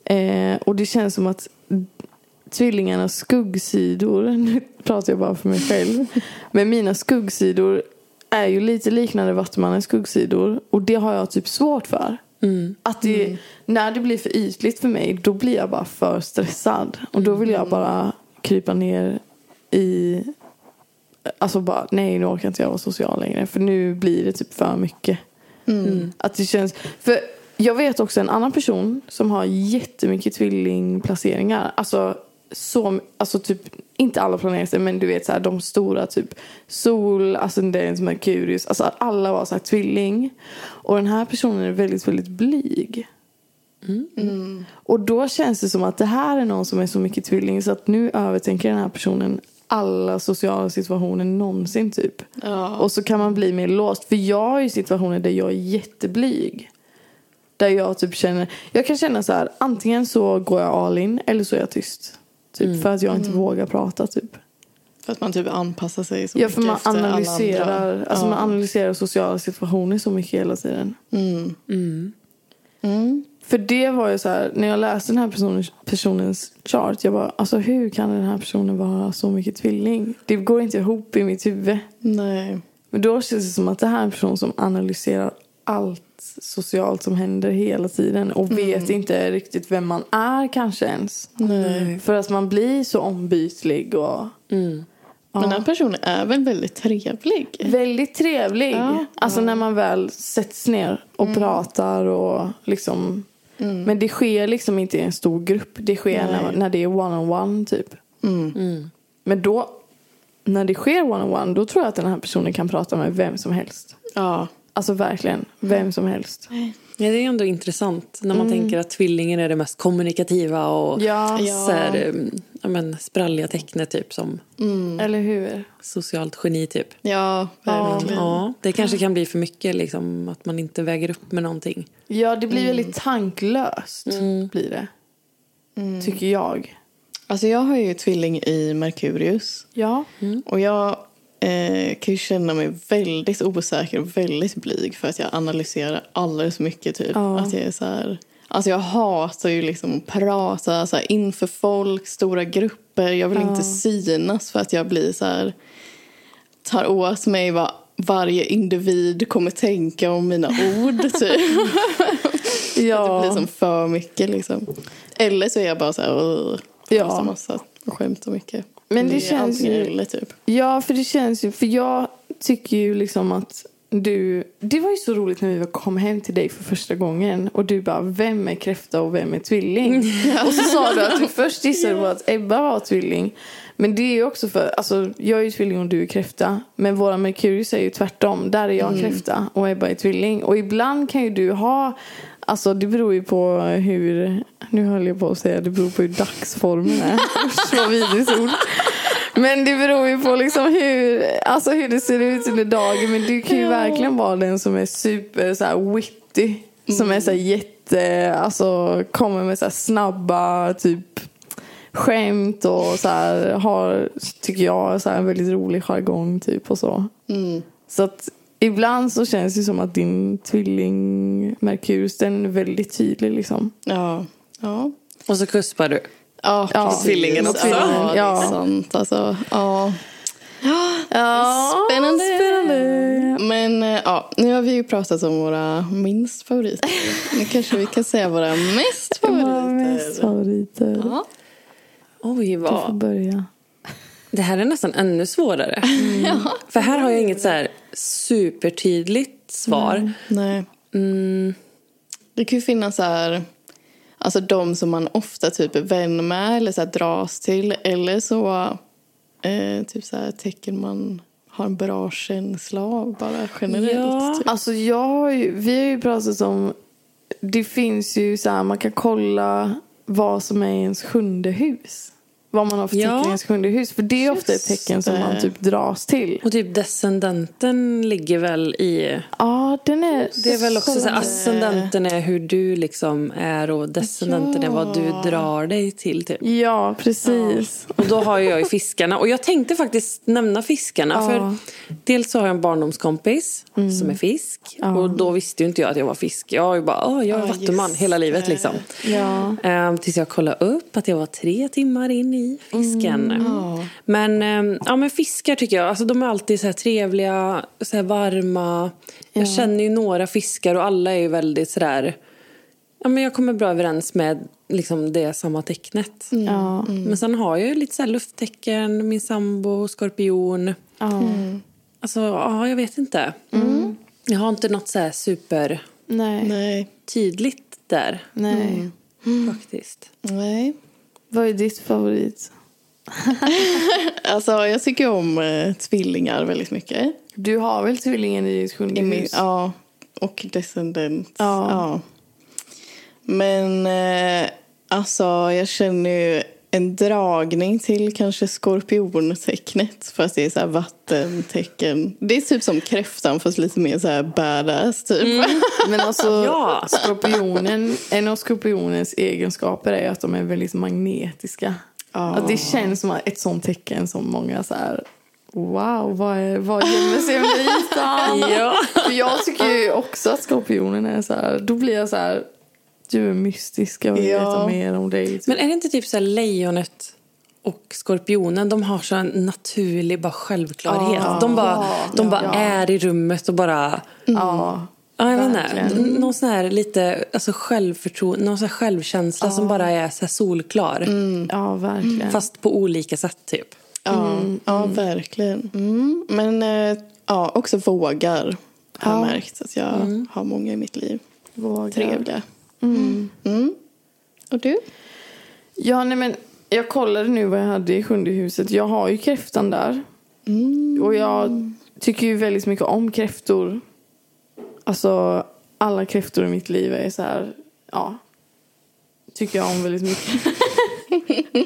[SPEAKER 1] Eh, och det känns som att tvillingarnas skuggsidor, nu pratar jag bara för mig själv, men mina skuggsidor är ju lite liknande Vattumannens skuggsidor och det har jag typ svårt för.
[SPEAKER 3] mm.
[SPEAKER 1] Att det, när det blir för ytligt för mig då blir jag bara för stressad och då vill jag bara krypa ner i Alltså bara, nej nu orkar inte jag vara social längre för nu blir det typ för mycket. Mm. Att det känns, för jag vet också en annan person som har jättemycket tvillingplaceringar. Alltså, så, alltså typ, inte alla planeter men du vet så här, de stora typ sol, ascendens, merkurius. Alltså att alla var så här tvilling. Och den här personen är väldigt, väldigt blyg. Och då känns det som att det här är någon som är så mycket tvilling så att nu övertänker den här personen alla sociala situationer någonsin typ.
[SPEAKER 2] Ja.
[SPEAKER 1] Och så kan man bli mer låst. För jag har ju situationer där jag är jätteblyg. Där jag typ känner, jag kan känna så här, antingen så går jag all in eller så är jag tyst. Typ
[SPEAKER 2] Mm.
[SPEAKER 1] för att jag inte vågar prata typ.
[SPEAKER 2] För att man typ anpassar sig så
[SPEAKER 1] Ja
[SPEAKER 2] mycket
[SPEAKER 1] för man
[SPEAKER 2] efter alla andra.
[SPEAKER 1] analyserar, alltså
[SPEAKER 2] ja.
[SPEAKER 1] man analyserar sociala situationer så mycket hela tiden.
[SPEAKER 2] Mm.
[SPEAKER 1] För det var ju så här, när jag läste den här personens, personens chart, jag bara, alltså hur kan den här personen vara så mycket tvilling? Det går inte ihop i mitt huvud.
[SPEAKER 2] Nej.
[SPEAKER 1] Men då känns det som att det här är en person som analyserar allt socialt som händer hela tiden
[SPEAKER 2] Mm.
[SPEAKER 1] och vet inte riktigt vem man är kanske ens.
[SPEAKER 2] Nej.
[SPEAKER 1] För att man blir så ombytlig och
[SPEAKER 2] Men den här personen är väl väldigt trevlig?
[SPEAKER 1] väldigt trevlig.
[SPEAKER 2] Ja. Mm.
[SPEAKER 1] Alltså när man väl sätts ner och pratar och liksom Men det sker liksom inte i en
[SPEAKER 2] Mm.
[SPEAKER 1] stor grupp. Det sker när, när det är one-on-one typ. Men då när det sker one-on-one då tror jag att den här personen kan prata med vem som helst.
[SPEAKER 2] Ja.
[SPEAKER 1] Alltså verkligen,
[SPEAKER 2] Mm.
[SPEAKER 1] vem som helst.
[SPEAKER 3] Ja, det är ändå intressant när man tänker att tvillingen är det mest kommunikativa och
[SPEAKER 1] Ja,
[SPEAKER 2] Ja.
[SPEAKER 3] så här, eh, ja, men, spralliga tecknet typ som
[SPEAKER 1] eller hur?
[SPEAKER 3] socialt geni typ.
[SPEAKER 2] mm. Ja, verkligen.
[SPEAKER 3] Ja, det kanske kan bli för mycket liksom att man inte väger upp med någonting.
[SPEAKER 1] Ja, det blir väldigt tanklöst blir det. Tycker jag.
[SPEAKER 2] Alltså jag har ju tvilling i Merkurius.
[SPEAKER 1] Ja.
[SPEAKER 2] Och jag eh, kan ju känna mig väldigt osäker och väldigt blyg för att jag analyserar alldeles mycket. Typ.
[SPEAKER 1] Ja.
[SPEAKER 2] Att jag är så här, alltså jag hatar ju liksom att prata så här, inför folk, stora grupper. Jag vill inte synas för att jag blir så här, tar åt mig vad varje individ kommer tänka om mina ord. Typ. Det blir
[SPEAKER 1] Ja.
[SPEAKER 2] som för mycket liksom. Eller så är jag bara så här, "Åh",
[SPEAKER 1] Ja.
[SPEAKER 2] pratar massa och skämtar mycket.
[SPEAKER 1] Men det känns
[SPEAKER 2] antingen
[SPEAKER 1] ju-
[SPEAKER 2] eller typ.
[SPEAKER 1] ja, för det känns ju, för jag tycker ju liksom att du, det var ju så roligt när vi kom hem till dig för första gången och du bara vem är kräfta och vem är tvilling? Och så sa du att du först gissade på att Ebba var tvilling. Men det är ju också för, alltså jag är ju tvilling och du är kräfta. Men våra Mercurius är ju tvärtom. Där är jag kräfta och Ebba är tvilling. Och ibland kan ju du ha, alltså det beror ju på hur, nu höll jag på att säga det beror på hur dagsformen är. Usch vad vidrigt ord. Men det beror ju på liksom hur, alltså hur det ser ut under dagen. Men du kan ju verkligen vara den som är super så här witty. Som är så här jätte, alltså kommer med så här snabba typ skämt och så här har, tycker jag, så här en väldigt rolig jargong typ och så. Så att ibland så känns det som att din tvilling Merkurius, den är väldigt tydlig liksom.
[SPEAKER 2] Ja. Ja.
[SPEAKER 3] Och så kuspar du.
[SPEAKER 2] Ja,
[SPEAKER 1] Ja.
[SPEAKER 2] precis. tvillingen också.
[SPEAKER 1] Ja,
[SPEAKER 2] Ja,
[SPEAKER 1] det är
[SPEAKER 2] det är sant. Alltså, ja.
[SPEAKER 1] Ja,
[SPEAKER 2] Spännande.
[SPEAKER 1] spännande.
[SPEAKER 2] Men eh, ja, nu har vi ju pratat om våra minst favoriter. Nu kanske vi kan säga våra mest
[SPEAKER 1] Våra mest
[SPEAKER 2] favoriter.
[SPEAKER 1] favoriter.
[SPEAKER 2] Ja.
[SPEAKER 3] Oj,
[SPEAKER 1] Du får
[SPEAKER 3] vad...
[SPEAKER 1] börja.
[SPEAKER 3] Det här är nästan ännu svårare.
[SPEAKER 2] Mm.
[SPEAKER 3] För här har jag inget så här supertydligt svar.
[SPEAKER 2] Mm. Nej.
[SPEAKER 1] Mm.
[SPEAKER 2] Det kan ju finnas så här, alltså de som man ofta typ är vän med eller så här dras till. Eller så eh, typ så här tecken man har en bra känsla av bara generellt.
[SPEAKER 3] Ja.
[SPEAKER 2] Typ.
[SPEAKER 1] Alltså jag har ju, vi har ju pratat om, det finns ju så här, man kan kolla vad som är i ens sjunde hus. Vad man har för tecken
[SPEAKER 3] Ja.
[SPEAKER 1] i ens sjunde hus. För det är ofta ett
[SPEAKER 2] Just
[SPEAKER 1] tecken som
[SPEAKER 2] det.
[SPEAKER 1] man typ dras till. Ja,
[SPEAKER 3] Och typ descendenten ligger väl i...
[SPEAKER 1] den är...
[SPEAKER 3] Det är väl också så här,
[SPEAKER 1] kolla.
[SPEAKER 3] ascendenten är hur du liksom är och descendenten är vad du drar dig till typ.
[SPEAKER 1] Ja, precis.
[SPEAKER 3] Och då har jag ju fiskarna. Och jag tänkte faktiskt nämna fiskarna. För dels så har jag en barndomskompis
[SPEAKER 2] Mm.
[SPEAKER 3] som är fisk. Och då visste ju inte jag att jag var fisk. Jag har ju bara, åh, jag är
[SPEAKER 2] Ja,
[SPEAKER 3] vattuman
[SPEAKER 2] just
[SPEAKER 3] hela
[SPEAKER 2] det.
[SPEAKER 3] livet liksom.
[SPEAKER 1] Ja.
[SPEAKER 3] Ehm, tills jag kollade upp att jag var tre timmar in i fisken. Men, ehm, ja, men fiskar tycker jag, alltså, de är alltid så här trevliga, så här varma. Jag känner ju några fiskar och alla är ju väldigt sådär... Ja, men jag kommer bra överens med liksom, det samma tecknet.
[SPEAKER 1] Ja.
[SPEAKER 3] Men sen har jag ju lite så här lufttecken, min sambo, skorpion.
[SPEAKER 1] Ja.
[SPEAKER 3] Alltså, ja, jag vet inte. Jag har inte något så här supertydligt
[SPEAKER 1] Nej. Nej.
[SPEAKER 2] Nej.
[SPEAKER 3] där, faktiskt.
[SPEAKER 2] Nej.
[SPEAKER 1] Vad är ditt favorit?
[SPEAKER 2] Alltså, jag tycker om eh, tvillingar väldigt mycket.
[SPEAKER 1] Du har väl tvillingen i ditt sjunde
[SPEAKER 2] I min,
[SPEAKER 1] hus?
[SPEAKER 2] ja, och descendent.
[SPEAKER 1] Ja.
[SPEAKER 2] Men eh, alltså, jag känner ju en dragning till kanske skorpiontecknet för att det är så här vattentecken. Det är typ som kräftan fast lite mer så här badass typ.
[SPEAKER 1] Men alltså,
[SPEAKER 3] Ja.
[SPEAKER 1] skorpionen, en av skorpionens egenskaper är ju att de är väldigt magnetiska. Att det känns som ett sånt tecken som många så här... Wow, vad, är, vad gömmer sig under ytan?
[SPEAKER 3] Ja.
[SPEAKER 1] För jag tycker ju också att skorpionen är så här... Då blir jag så här... Du är mystisk, jag vill
[SPEAKER 2] Ja.
[SPEAKER 1] veta mer om dig. Typ.
[SPEAKER 3] Men är det inte typ så här lejonet och skorpionen, de har så en naturlig bara självklarhet. de bara, de bara
[SPEAKER 1] Ah. ja.
[SPEAKER 3] är i rummet och bara...
[SPEAKER 1] ja.
[SPEAKER 3] Ja, jag vet inte.
[SPEAKER 1] Verkligen.
[SPEAKER 3] N- Någon sån här lite alltså självförtroende, någon sån här självkänsla
[SPEAKER 1] Ah.
[SPEAKER 3] som bara är så här solklar.
[SPEAKER 1] Mm. ja, verkligen.
[SPEAKER 3] Mm, Fast på olika sätt typ.
[SPEAKER 2] Ja, ja verkligen. Mm. Men eh, ja, också vågar har jag märkt att jag har många i mitt liv.
[SPEAKER 1] Vågar.
[SPEAKER 2] Trevliga. Mm. Och du?
[SPEAKER 1] Ja, nej men jag kollade nu vad jag hade i sjunde huset. Jag har ju kräftan där.
[SPEAKER 2] Mm.
[SPEAKER 1] Och jag tycker ju väldigt mycket om kräftor. Alltså alla kräftor i mitt liv är så här, ja. Tycker jag om väldigt mycket.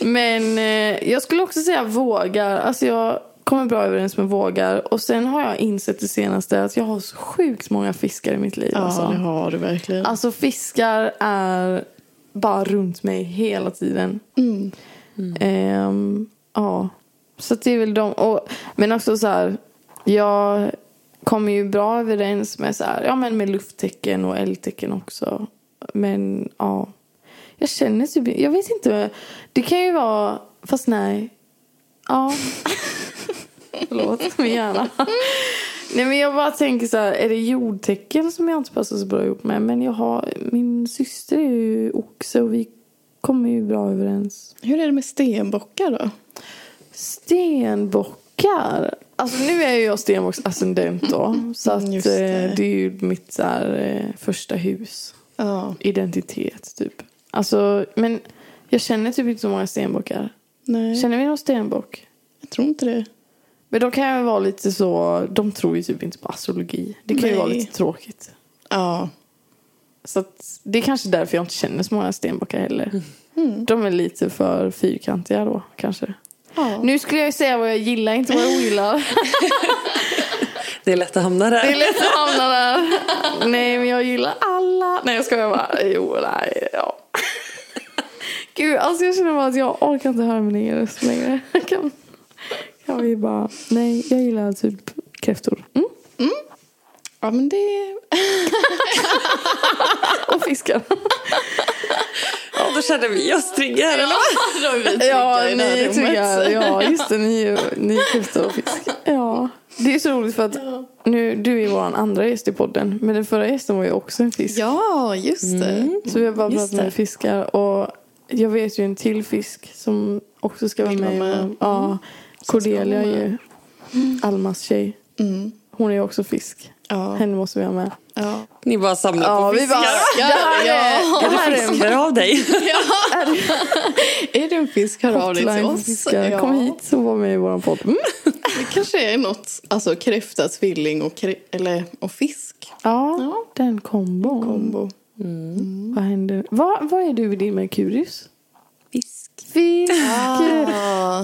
[SPEAKER 1] Men eh, jag skulle också säga vågar. Alltså jag kommer bra överens med vågar. Och sen har jag insett det senaste att jag har så sjukt många fiskar i mitt liv. alltså.
[SPEAKER 2] Ja, det har du verkligen.
[SPEAKER 1] Alltså fiskar är bara runt mig hela tiden.
[SPEAKER 2] Mm.
[SPEAKER 1] Ehm, ja, så att det är väl de. Och, men också så här, jag kommer ju bra överens med så här, ja men med lufttecken och eldtecken också. Men ja, jag känner typ, jag vet inte, det kan ju vara, fast nej, ja. Förlåt, min hjärna. Nej men jag bara tänker så här, är det jordtecken som jag inte passar så bra ihop med? Men jag har, min syster är ju oxe och vi kommer ju bra överens.
[SPEAKER 2] Hur är det med stenbockar då?
[SPEAKER 1] Stenbockar. Alltså nu är ju jag stenbocksascendent då. Så att
[SPEAKER 2] Mm,
[SPEAKER 1] eh,
[SPEAKER 2] just det.
[SPEAKER 1] det är ju mitt så här, eh, första hus.
[SPEAKER 2] Ja,
[SPEAKER 1] Identitet typ. Alltså men jag känner typ inte så många stenbockar.
[SPEAKER 2] nej.
[SPEAKER 1] Känner vi någon stenbock?
[SPEAKER 2] Jag tror inte det.
[SPEAKER 1] Men de kan ju vara lite så, de tror ju typ inte på astrologi. Det kan ju
[SPEAKER 2] Nej.
[SPEAKER 1] vara lite tråkigt.
[SPEAKER 2] Ja.
[SPEAKER 1] Så att det är kanske därför jag inte känner så många stenbockar heller.
[SPEAKER 2] Mm.
[SPEAKER 1] De är lite för fyrkantiga då kanske.
[SPEAKER 2] ja.
[SPEAKER 1] Nu skulle jag ju säga vad jag gillar, inte vad jag ogillar.
[SPEAKER 3] Det är lätt att hamna där.
[SPEAKER 1] Det är lätt att hamna där. Nej, men jag gillar alla. Nej, jag skojar bara. Jo, nej, ja. Gud, alltså jag känner bara att jag orkar inte höra min egen röst längre. Kan, kan vi bara... Nej, jag gillar typ kräftor. Mm.
[SPEAKER 2] ja, men det...
[SPEAKER 1] Och fiskar.
[SPEAKER 3] Ja, då känner vi oss trygga här, eller?
[SPEAKER 2] då är vi trygga
[SPEAKER 1] Ja, ni
[SPEAKER 2] i det här
[SPEAKER 1] är
[SPEAKER 2] rummet.
[SPEAKER 1] trygga. Ja, just det. Ni är, ni är kräftor och fisk. Ja. Det är så roligt för att nu, du är vår andra gäst i podden. Men den förra gästen var ju också en fisk.
[SPEAKER 2] Ja, just det.
[SPEAKER 1] Så vi har bara
[SPEAKER 3] Just
[SPEAKER 1] pratat med
[SPEAKER 3] det.
[SPEAKER 1] fiskar. Och jag vet ju en till fisk som också ska vara
[SPEAKER 2] Vill
[SPEAKER 1] med.
[SPEAKER 2] vara med. Mm.
[SPEAKER 1] Ja, Cordelia
[SPEAKER 2] vara
[SPEAKER 1] är ju Almas tjej.
[SPEAKER 2] Mm.
[SPEAKER 1] Hon är ju också fisk.
[SPEAKER 2] Ja.
[SPEAKER 1] Henne måste vi ha med.
[SPEAKER 2] Ja.
[SPEAKER 3] Ni bara samlar på fiskar.
[SPEAKER 1] det här är... Det här är
[SPEAKER 3] Är det fiskar av dig?
[SPEAKER 2] Är det en fisk, hör av dig till
[SPEAKER 1] hotline för
[SPEAKER 2] oss.
[SPEAKER 1] fiskar.
[SPEAKER 2] Ja.
[SPEAKER 1] Kom hit och var med i vår podd. Mm.
[SPEAKER 2] Det kanske är något, alltså kräfta, tvilling och, krä- eller, och fisk.
[SPEAKER 1] Ja,
[SPEAKER 2] Ja.
[SPEAKER 1] den kombon.
[SPEAKER 2] Kombo.
[SPEAKER 1] Mm.
[SPEAKER 2] Mm.
[SPEAKER 1] Vad händer? Vad, vad är du i din Merkurius?
[SPEAKER 3] Fisk.
[SPEAKER 1] Fisk!
[SPEAKER 2] Mm.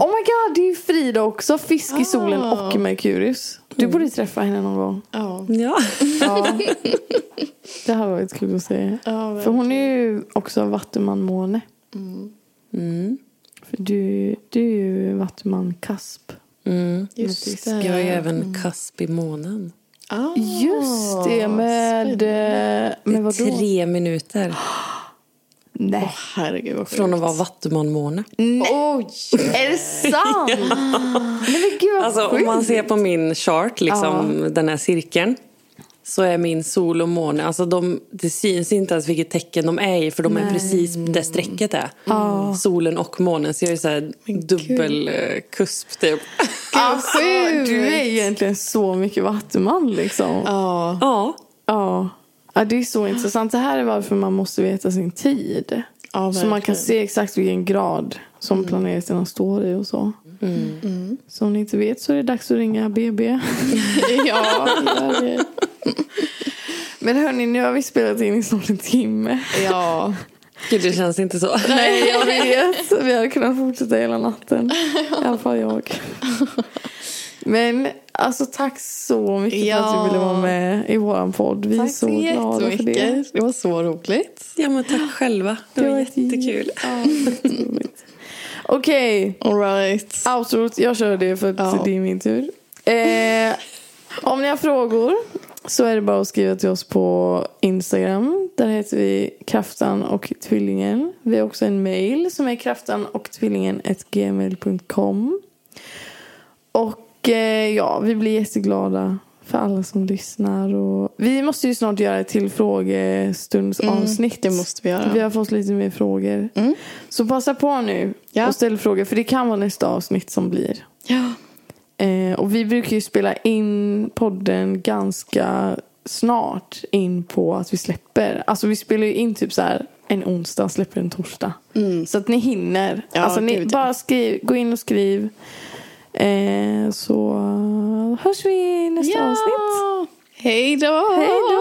[SPEAKER 1] Oh my god, det är ju Frida också. Fisk i solen
[SPEAKER 2] Ah.
[SPEAKER 1] och i Merkurius. Du borde träffa henne någon gång.
[SPEAKER 2] Ja.
[SPEAKER 3] Ja.
[SPEAKER 1] Ja. Det hade varit kul att se.
[SPEAKER 2] Ja,
[SPEAKER 1] För
[SPEAKER 2] verkligen.
[SPEAKER 1] hon är ju också vattumanmåne.
[SPEAKER 3] Mm.
[SPEAKER 1] För du, du är ju vattuman-kasp.
[SPEAKER 3] Mm.
[SPEAKER 2] Just det.
[SPEAKER 3] Jag är ju även kasp i månen.
[SPEAKER 2] Ah,
[SPEAKER 1] Just det, med... eh, Med vadå?
[SPEAKER 3] Tre minuter
[SPEAKER 1] Nej.
[SPEAKER 2] Herregud vad sjukt.
[SPEAKER 3] från att vara vattumanmåne.
[SPEAKER 1] Oj! Är det sant? Nej men gud vad
[SPEAKER 3] Alltså om
[SPEAKER 1] sjukt.
[SPEAKER 3] man ser på min chart, liksom den här cirkeln. Så är min sol och måne, alltså de, det syns inte ens vilket tecken de är i för de är precis där strecket är. Solen och månen, så jag är så här dubbelkusp typ.
[SPEAKER 1] Alltså,
[SPEAKER 2] sjukt.
[SPEAKER 1] du är egentligen så mycket vattuman liksom. Ja.
[SPEAKER 2] Ja.
[SPEAKER 3] Ja,
[SPEAKER 1] ja. det är så intressant. Det här är varför man måste veta sin tid. så
[SPEAKER 2] Ja,
[SPEAKER 1] man kan
[SPEAKER 2] verkligen. Mm.
[SPEAKER 1] se exakt vilken grad som planeterna står i och så. Så om ni inte vet så är det dags att ringa BB.
[SPEAKER 2] ja.
[SPEAKER 1] Gör det. Men hörni, nu har vi spelat in i snart en timme.
[SPEAKER 2] Ja.
[SPEAKER 3] gud det känns inte så.
[SPEAKER 1] Nej, jag vet. Vi hade kunnat fortsätta hela natten. I alla fall jag. Men alltså tack så mycket för att
[SPEAKER 2] Ja.
[SPEAKER 1] du ville vara med i våran podd. Vi är
[SPEAKER 2] Tack
[SPEAKER 1] så
[SPEAKER 2] så
[SPEAKER 1] glada för det.
[SPEAKER 2] jättemycket. Det var så roligt.
[SPEAKER 3] Ja men tack själva, det var jättekul.
[SPEAKER 1] Ja, jätteroligt. Okej,
[SPEAKER 2] All right.
[SPEAKER 1] outrot. Jag kör det för att
[SPEAKER 2] Ja.
[SPEAKER 1] det är min tur. Eh, om ni har frågor så är det bara att skriva till oss på Instagram. Där heter vi Kraftan och Tvillingen. Vi har också en mail som är kraftanochtvillingen.gmail.com Och eh, ja, vi blir jätteglada för alla som lyssnar. Och... Vi måste ju snart göra ett till frågestundsavsnitt.
[SPEAKER 2] Mm, det måste vi göra. Mm.
[SPEAKER 1] Vi har fått lite mer frågor. Så passa på nu
[SPEAKER 2] Ja.
[SPEAKER 1] och ställ frågor. För det kan vara nästa avsnitt som blir.
[SPEAKER 2] Ja.
[SPEAKER 1] Eh, och vi brukar ju spela in podden ganska snart in på att vi släpper. Alltså vi spelar ju in typ så här en onsdag, släpper Mm. en torsdag. Så att ni hinner.
[SPEAKER 2] Ja,
[SPEAKER 1] alltså ni
[SPEAKER 2] gud, ja.
[SPEAKER 1] bara skriv, gå in och skriv. Eh, så hörs vi i nästa avsnitt.
[SPEAKER 2] Hej då!
[SPEAKER 1] Hej då!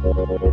[SPEAKER 4] Thank you.